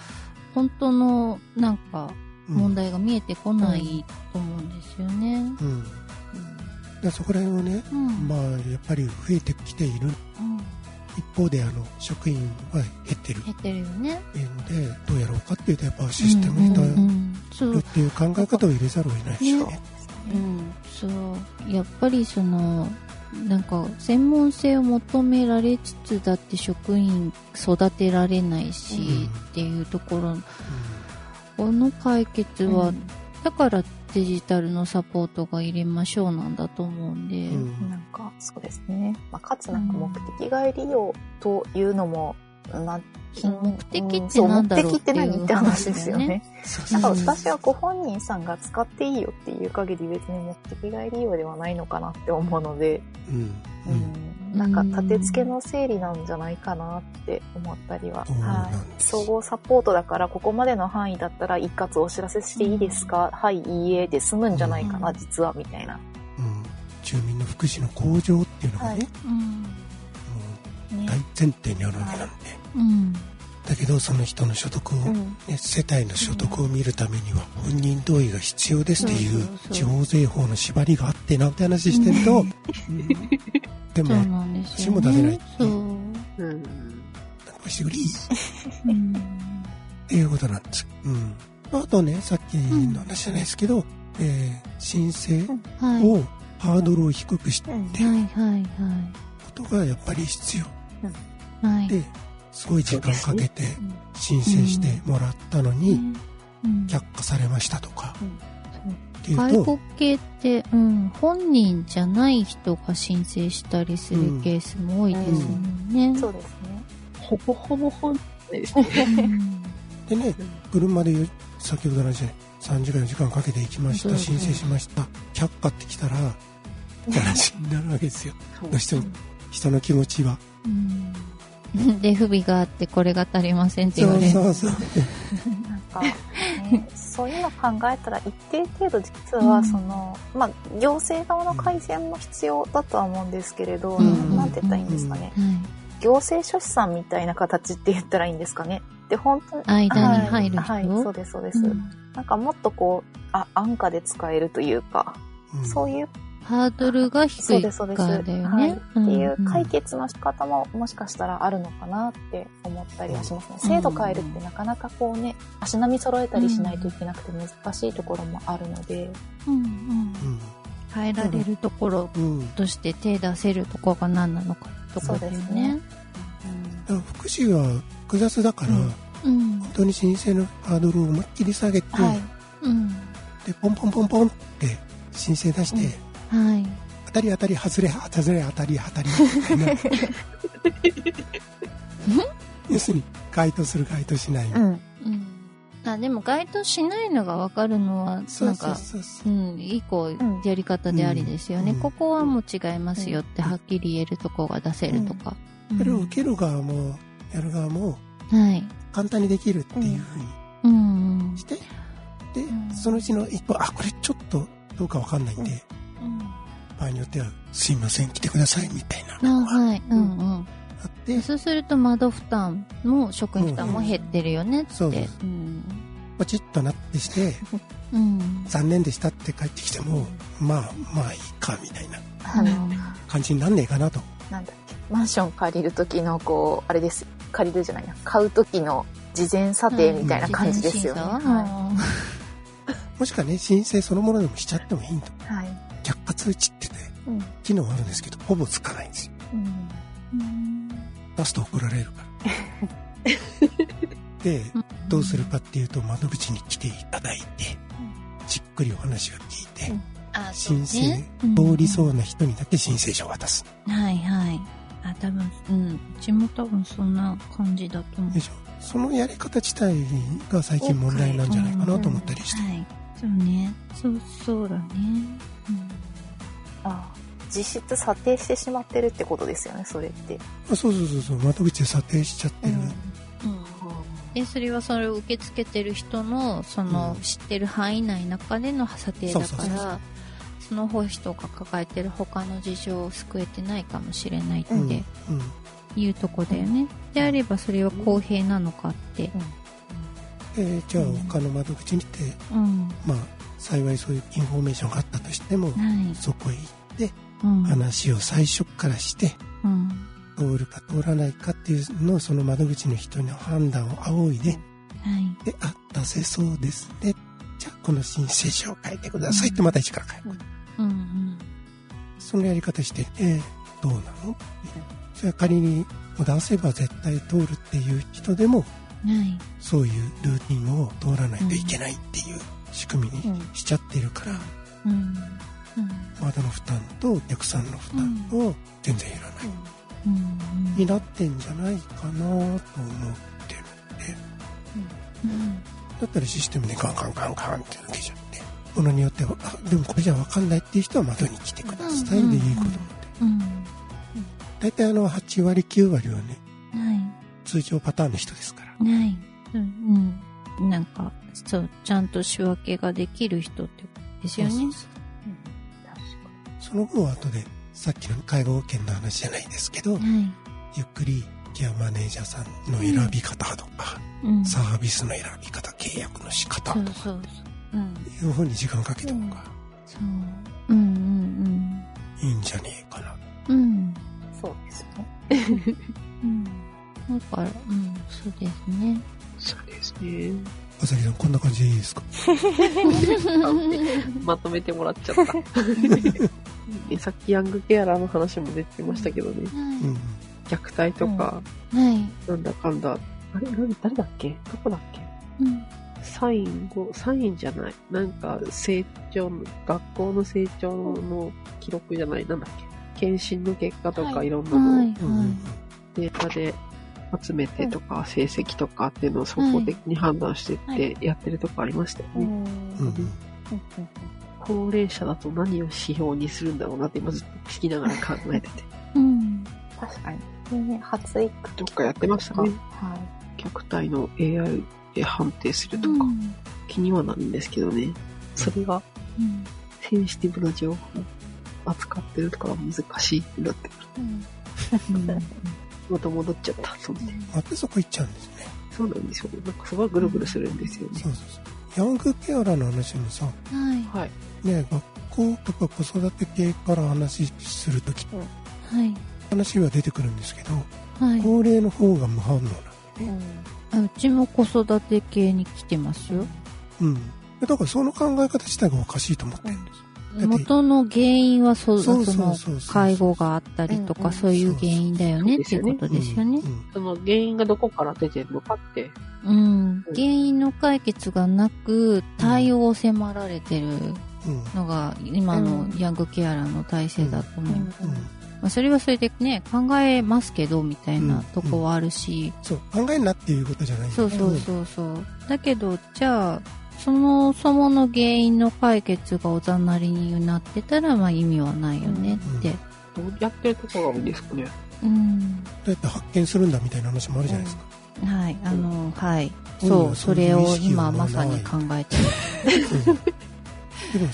本当のなんか
うそう、うん
問題が見えてこないと思うんですよね。
うん、だからそこら辺はね
うん、うん
まあやっぱり増えてきている
うん
一方であの職員は減ってる
減ってるよね。
っていうのでどうやろうかっていうとやっぱシステムに頼
うんうんう
る
んそう
っていう考え方を入れざるを得ないしね
うん、そうやっぱりそのなんか専門性を求められつつだって職員育てられないし、
うん
っていうところこの解決は、だからデジタルのサポートが入れましょうなんだと思うんで、
うん
なんか、そうですね。まあ、かつなんか目的外利用というのも、まあ、
目的
うん
ってなんだろう
そ
っ
目的ってて
いう
何って話ですよね。
そうそ
だ
う
か
そ
ら
う
私はご本人さんが使っていいよっていう限り別に目的外利用ではないのかなって思うので、
うん
う
うん
んなんか立て付けの整理なんじゃないかなって思ったりは、
そうな
は
ん
い、
です
総合サポートだからここまでの範囲だったら一括お知らせしていいですか、はいいいえで済むんじゃないかな、
うん
実はみたいな、
うん住民の福祉の向上っていうのがね、
うん
ね
もう大前提にあるわけなんで、
うん
だけどその人の所得を、
う
ね
ん
世帯の所得を見るためには本人同意が必要ですってい
そ
う
うそう
地
そう
方税法の縛りがあってなんて話してると、うん
そ
でも
うなんですよ、ね。
足も出せない
そう。
うん。
なんかしてくれ
うん。
っていうことなんです。うん。あとね、さっきの話じゃないですけど、えー申請
はい。
をハードルを低くして
うん
はいはい
ことがやっぱり必要
はい。はい。
で、すごい時間かけて
うん
申請してもらったのに、
ねうん
却下されましたとか、っていう
外
と
国、系って、うん、本人じゃない人が申請したりするケースも多いですもんね。うん
そうですね
ほぼほぼ本体ですね。
でね、車でよ先ほどの話で3時間4時間かけて行きまし
そう
た、
そう
申請しました、却下ってきたら、って話になるわけ
<laughs>
ですよ。
そう
どうしても、人の気持ちは。
うん <laughs> で、不備があって、これが足りませんって言われる。
そう
<laughs>
そうそう。
なんか、ね、そういうの考えたら一定程度実はその、まあ行政側の改善も必要だとは思うんですけれど、
うん
なんて言ったらいいんですかね、
は
行政書士さんみたいな形って言ったらいいんですかねで本当に
い。間に入る人。
はい、はい、そうですそうです、
うん
なんかもっとこうあ安価で使えるというか、
うん
そういう
ハードルが低
そう
い
ですそうです、
からだよ
はい、
ね
っ。
ん
ていう解決の仕方ももしかしたらあるのかなって思ったりはしますね制度変えるってなかなかこうね足並み揃えたりしないといけなくて難しいところもあるので、
うんうん
うん
変えられるところ
うん
として手出せるところが何なのかってところだよね。
だから福祉は複雑だから、
うん
うん
本当に申請のハードルを思いっきり下げて、
はい
うん
でポンポンポンポンって申請出して、
うん
はい。
当たり当たり外れ当たり当たり当たりみた
<laughs>
いな要するに該当する該当しない、
うん
うんあでも該当しないのが分かるのは
そ
な
うんそう
か
そうそう
うんいいこ
ん
うやり方でありですよね、
うん
ここはもう違いますよってはっきり言えるとこが出せるとか、
それを
うん
受ける側もやる側も
はい
簡単にできるっていうふうに
うんうん
して、で
うん
そのうちの一歩あこれちょっとどうかわかんないんで、場合によっては「すいません来てください」みたいな
あ
のが
はいうんうん
あって、
そうすると窓負担も職員負担も減ってるよねって
そうです
うん
ポチッとなってして
うん
残念でしたって帰ってきてもまあまあいいかみたいな
あの
感じになんねえかなと
なんだっけマンション借りる時のこうあれです借りるじゃないな買う時の事前査定みたいな感じですよね、
うん
は
もしくはね申請そのものでもしちゃってもいいと
い、はい
却下通知ってね
うん
機能あるんですけどほぼつかないんですよ
うん
出すと怒られるからでどうするかっていうと窓口に来ていただいてじっくりお話を聞いて
うん
あそう
申
ね
請
うん
通りそうな人にだけ申請書を渡す
はいはい。あ、多分、うん。うちも多分そんな感じだと思う
で。しょそのやり方自体が最近問題なんじゃないかなと思ったりして
はい。そうね。そう、そうだね。
あ実質査定してしまってるってことですよねそれって、
あそうそうそうそう窓口で査定しちゃってる、
うん。うん。で、それはそれを受け付けてる人の、その
う、ん
知ってる範囲内の中での査定だ
そう
か
そうそうそ
ら、その方人が抱えてる他の事情を救えてないかもしれないって
うん
いうとこだよね。であればそれは公平なのかって。
えーじゃあ他の窓口に行って、
うん。
まあ、幸いそういうインフォメーションがあったとしても、
はい。
そこへ行って
うん。
話を最初からして
うん。
通るか通らないかっていうのをその窓口の人の判断を仰いで
はい。
であ出せそうですねじゃあこの申請書を書いてくださいってまた一から書
う
く、
んうん。
そのやり方しててどうなのそれは仮に出せば絶対通るっていう人でも
はい。
そういうルーティンを通らないといけないっていう仕組みにしちゃってるから、
うん。うん。
ワードの負担とお客さんの負担を全然減らない、
うん。
になってんじゃないかなと思ってるんで
うん。
だったらシステムでガンガンガンガンって抜けちゃってものによってはあでもこれじゃ分かんないっていう人は窓に来てくださいでいいことなんで
うん。
大体あの8割9割はね
はい。
通常パターンの人ですから
ない。うん。うん。なんか、そう、ちゃんと仕分けができる人ってことですよね。
そうそうそうその分は後でさっきの介護保険の話じゃないですけど、
はい。
ゆっくりケアマネージャーさんの選び方とか、
うん。
サービスの選び方契約の仕方
そう
と
そ
か
う
うん。うん。
いう方に時間かけた方が
そう。そう。うんうん
いいんじゃねえかな
うん。うん。
そうですね。
うん。だから、うん、そうですね。
そうですね。
あさきさんこんな感じでいいですか
まとめてもらっちゃった。 <laughs> ねさっきヤングケアラーの話も出てましたけどね。
うん
は
うん
虐待とか、
い。はい。
なんだかんだ。あれなん誰だっけどこだっけ
うん。
サインご、サインじゃない。なんか、成長の、学校の成長の記録じゃない。なんだっけ検診の結果とか、
はい
いろんなのを
はい。
うんうんうん
は
データで集めてとか、成績とかっていうのを総合的に判断してってやってるとこありましたよね。
うんうん
高齢者だと何を指標にするんだろうなって今ずっと聞きながら考えてて。
い。うん。
確かに。これね、発育
<laughs> ど
と
っかやってました
か、
ね。
はい。
虐待の AI で判定すると
う
か
ん
気にはなるんですけどね。それが
うん
センシティブな情報を扱ってるとかは難しいってなってくる。
うん
また戻っちゃったと思って。
またそこ行っちゃうんですね
そうなんですよね。なんかすごいぐるぐるするんですよね
そ。うそうそうヤングケアラーの話もさ
はい。
はい。
ね学校とか子育て系から話するとき
はい。
話は出てくるんですけど
はい。
高齢の方が無反応なの
あうちも子育て系に来てますよ。
うんだからその考え方自体がおかしいと思ってるんですだって
元の原因はそう、
そ
そう
そうそう
の
そう、
介護があったりと
うんう
か、
ん
そういう原因だよねっていうことですよね
う。んうん
その原因がどこから出てるのかって、
うん。原因の解決がなく、対応を迫られてる
うん
のが、今の
うん
ヤングケアラーの体制だと思う。
うん
まあ、それはそれでね、考えますけど、みたいなとこはあるし、
そう考えんなっていうことじゃないんだけ
そ
ど
うそうそうそう。だけど、じゃあ、そもそもの原因の解決がおざなりになってたら、まあ意味はないよねって。
どうやってるところが多いんですかね。
うん。
どうやって発見するんだみたいな話もあるじゃないですか、
はい、あの、はい。
うん
そうう、
ん
それを今まさに考えてる。
うんでも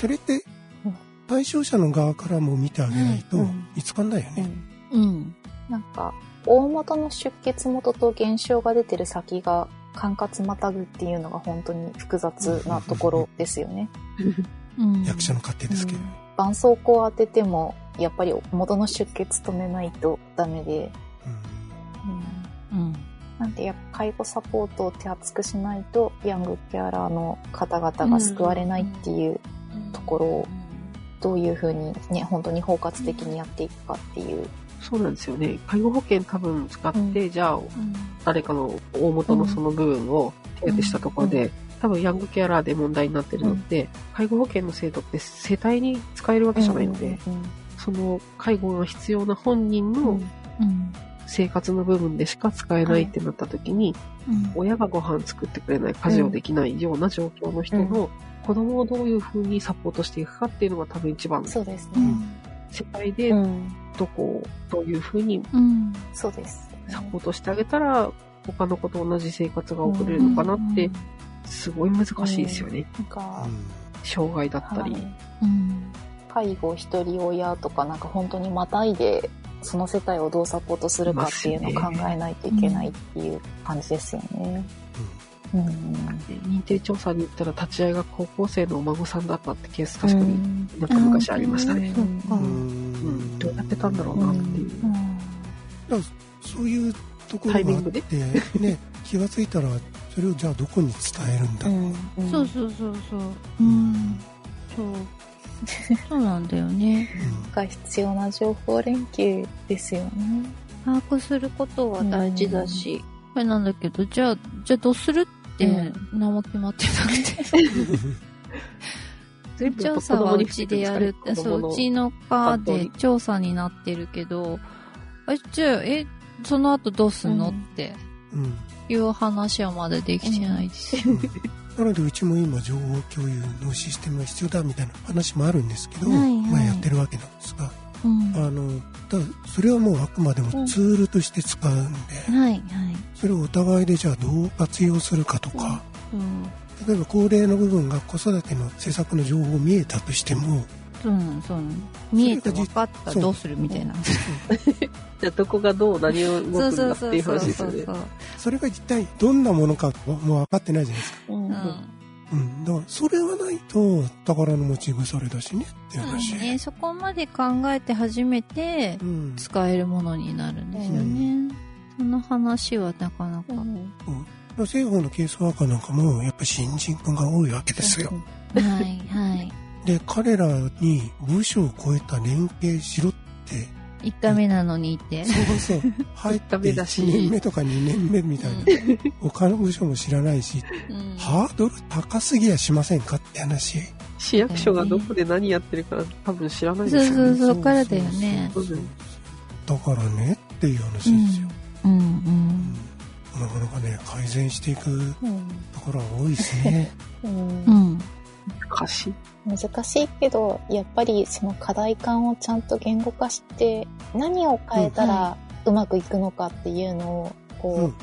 それって
うん
対象者の側からも見てあげないと
うん
見つかんないよね、
うん。
なんか、大元の出血元と現象が出てる先が管轄またぐっていうのが本当に複雑なところですよね。
うん。
役者の勝手ですけどね、
絆創膏を当てても、やっぱり元の出血止めないとダメで、
うん
うん。
なんでやっぱ介護サポートを手厚くしないと、ヤングケアラーの方々が救われないっていう、ところをどういうふうにね、本当に包括的にやっていくかっていう。
そうなんですよね。介護保険多分使って、
う
じゃあ、
うん。
誰かの大元のその部分を手当てしたところで、多分ヤングケアラーで問題になってるのって、介護保険の制度って世帯に使えるわけじゃないので、その介護が必要な本人
うん
の
うん。
生活の部分でしか使えないってなった時に、
うん。
親がご飯作ってくれない、家事をできないような状況の人の子供をどういうふうにサポートしていくかっていうのが多分一番
そうです
う
ね。
ん
世帯で
うん
どこをどういうふうに
うん。
そうです。
サポートしてあげたら、他の子と同じ生活が送れるのかなって、すごい難しいですよね。
なんか
う、
障害だった
は
り。
い
うん。
介護一人親とかなんか本当にまたいでその世帯をどうサポートするかっていうのを考えないといけないっていう感じですよね。うん
で認定調査に行ったら立ち会いが高校生のお孫さんだったってケース確か
う
に
ん
なんか昔ありましたね。
そうか。
ん
う
うん
ん、どうやってたんだろうなっていう。
そういうところ
タイ
が
ミ
あっ
ングで
て、ね、気がついたらそれをじゃあどこに伝えるんだ、
うんうん
そうそうそうそう。う
うん
ん。そう。 <laughs> そうなんだよね。
が必要な情報連携ですよね。
把握することは大事だし、目なんだけど、じゃあ、じゃあどうするって何も決まってなくて。
全部やっ
調
ぱ
査
子
は
供
う
に振
ち
って
で
るんす
や
か
る
ね
って、
子
そ
供
う、
の
うちの課で調査になってるけど、あ、じゃあ、え、その後どうすんの、
うん
って
<laughs>
うん
いう話はまだできてないです。
うんなのでうちも今情報共有のシステムが必要だみたいな話もあるんですけど、
はいはい
まあ、やってるわけなんですが
うんは
あのただそれはもうあくまでもツールとして使うんで、
い、はい。
それをお互いでじゃあどう活用するかとか、
うん
例えば高齢の部分が子育ての施策の情報見えたとしても
そうなの、そうなの。見えて分かったらどうするみたいな。
じゃあどこがどう何を
そう
動くん
そ
だ
う
って
そう
いう
そう
話です
そ
よね
う。そう。
それが一体どんなものかももう分かってないじゃないですか
うん
う
うん
ん。
うん、だからそれはないと宝の持ち腐れだしねっていう
そう
話、
ね、そこまで考えて初めて
うん
使えるものになるんですよね。その話はなかなか。
政府のケースワーカーなんかもやっぱ新人君が多いわけですよ、
はい、はい。
で彼らに部署を超えた連携しろ
<laughs>
って
<laughs> 一回目なのにって。
そうそう入って
ダメだし
1年目とか2年目みたいな他の部署も知らないし
うん
ハードル高すぎやしませんかって話
市役所がどこで何やってるか多分知らない
そ
で
う
すよ
そう
ね。
そう、からだよね。
そうそう
だからねっていう話ですよ、
うん、う
うん
ん、
なかなかね改善していく
うん
ところは多いです <laughs> ね
うん
うん。
難しい。
難しいけどやっぱりその課題感をちゃんと言語化して何を変えたらうまくいくのかっていうのを
う
こ
ん
う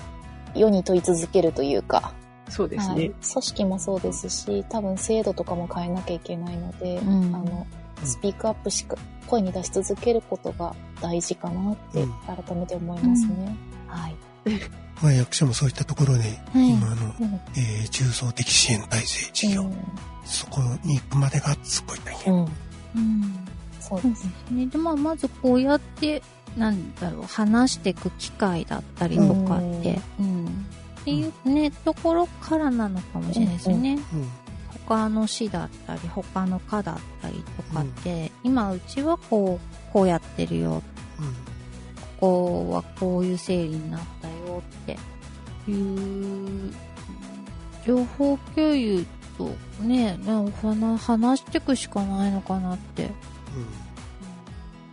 世に問い続けるというか、
そうです
はい、
ね
組。織もそうですし多分制度とかも変えなきゃいけないので、
うん
あの
うん
スピークアップしか声に出し続けることが大事かなって
うん
改めて思いますね。はい、
まあ役所もそういったところで
はい
今あの
うん
えー重層的支援体制事業、そこに行くまでがすごい大変、
うん、
うん。
そ
そ
う
う
で
ですすね。で、まあ、まずこうやって、なんだろう、話していく機会だったりとかって、うん。っていうね、ところからなのかもしれないですね。
うん
他の市だったり他の課だったりとかって、今うちはこうこうやってるよここはこういう整理になったよっていう情報共有とねねお話話してくしかないのかなって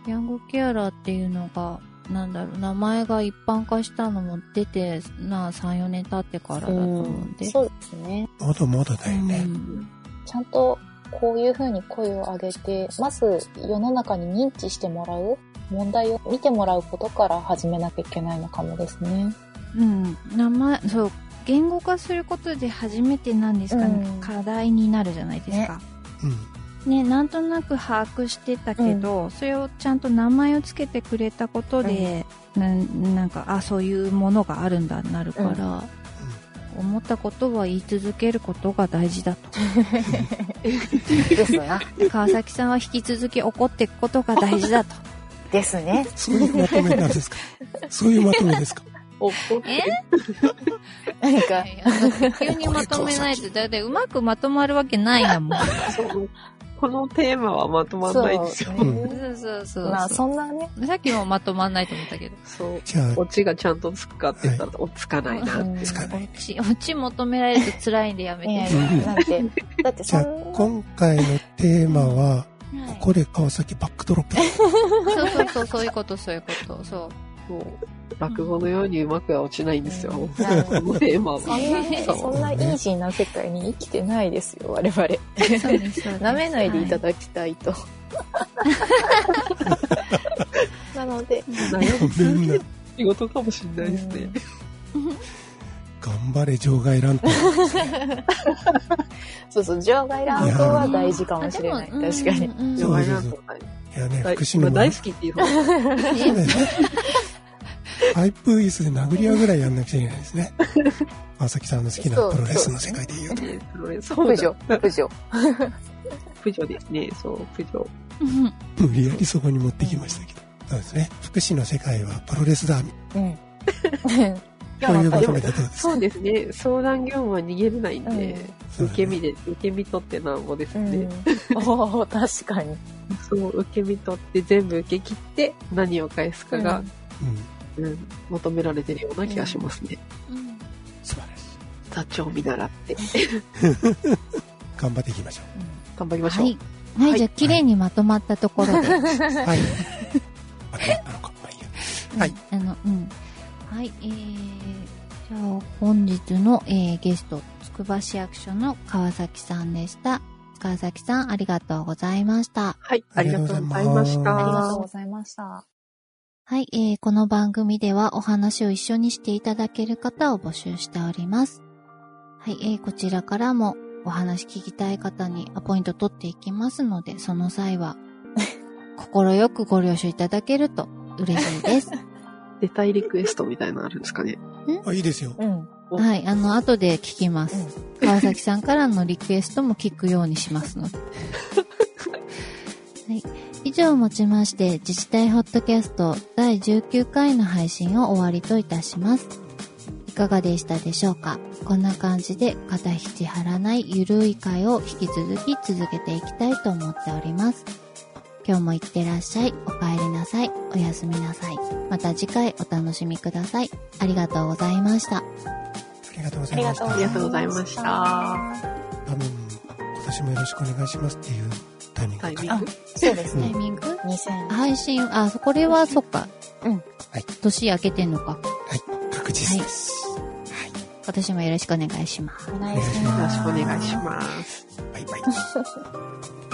ヤングケアラーっていうのがなんだろう名前が一般化したのも出てな34年経ってからだと思うんで。
そうですね。
うん、まだまだだよね、
うん
ちゃんとこういうふうに声を上げて、まず世の中に認知してもらう、問題を見てもらうことから始めなきゃいけないのかもですね。
うん、名前そう言語化することで初めてなんですかね、
うん
課題になるじゃないですか
うん
ねなんとなく把握してたけど、それをちゃんと名前をつけてくれたことで、なん、なんかあそういうものがあるんだなるから、思ったことは言い続けることが大事だと <laughs>
ですな。
川崎さんは引き続き怒っていくことが大事だ <laughs> と
ですね。
そういうまとめなん <laughs> ですかそういうまとめですか
おこって
なんか、
<laughs> 急にまとめない <laughs> とだってうまくまとまるわけないな <laughs> もん
そうこのテーマはまとまらないですよ。
そう
う
そうそうそう
まあそんなね、
さっきもまとまんないと思った <laughs> けど
そう。
じゃ <laughs> あ
<laughs> オチがちゃんとつくかって言ったら、おつかないな。
うん
つかない
オチオチ求められると辛いんでやめ
いや
て。
いやなんて、だって
じ
そ
ゃあ
んな、
今回のテーマは
はい
ここで川崎バックドロップ <laughs>
そうそうそう、そういうこと、そういうこと、そう。
もう落語のようにうまくは落ちないんです <laughs> よ。こ
なんか
のテーマ
そん
は。
なね、
そう
そんなイージーな世界に生きてないですよ、我々。
そうですそうです
舐めないでいた
は
だきたいと。 <laughs> なので、
悩み続
みん <laughs> な
ける仕事かもしれないですね。
頑張れ場外乱闘
そうそう、場外乱闘は大事かもしれない。
あでも
確かに。
うん
そう
弱いなとか
いやね
大
福島
まあ
も
大好きっていう方が
そうだよね <laughs> パイプ椅子で殴り合うぐらいやんなくちゃいけないで
<laughs>
すね川崎さんの好きなプロレスの世界でいいよと
ね、プロレス。
プジョ、プジョ。
プジョですね。そう、プジョ。
うん
無理やりそこに持ってきましたけどそうですね福祉の世界はプロレスだ
うん。
こういうま
で
と
も
めでどうです
そうですね。相談業務は逃げれないんで、
そうだ
受け
ね
身で、受け身取ってなんぼです
う
ね。
ん。おお確かに。
そう、受け身取って全部受け切って何を返すかが
うん
うん
難うん、求められてるような気がしますね。
うん
素晴らしい。
座長見習って。
頑張っていきましょ
頑張りましょ
は
う。
い。はい、
はい
じゃあ、綺麗にまとまったところで。
う。はい。あれなのか。まあいいや。はい
うん。あの、うん。はい、えー、じゃあ、本日の、えーゲスト、つくば市役所の川崎さんでした。川崎さん、ありがとうございました。
はい、ありがとうございまし
あ
あ
た。
りがとうございました。
はい、えーこの番組ではお話を一緒にしていただける方を募集しております。はい、えーこちらからもお話聞きたい方にアポイント取っていきますので、その際は、 <laughs> 心よくご了承いただけると嬉しいです。
出たいリクエストみたいなのあるんですかね。
あ、いいですよ。
うん。
お
はい、あの、後で聞きます。川崎さんからのリクエストも聞くようにしますので。はい、以上をもちまして、自治体ホットキャスト第19回の配信を終わりといたします。いかがでしたでしょうかこんな感じで肩肘張らないゆるい会を引き続き続けていきたいと思っております。今日もいってらっしゃい、お帰りなさい、おやすみなさい。また次回お楽しみください。ありがとうございました。
ありがとうご
あ
ざ
り
い
が
まし
と
た。
う
ありがとうございました
多分、今年もよろしくお願いしますっていうタイミング
タイ
か
ミ
な。
ン
あ
グ。
そうです
タイ
ね。
ミング
2000。
配信、あ、そこれは、そっか。
うん
はい
年明けてんのか。
はい。確実です。はい。
今年もよろしくお願いします。
お願いし
よろ
ま
し
す。
くお願いします。
バイバイ。
す。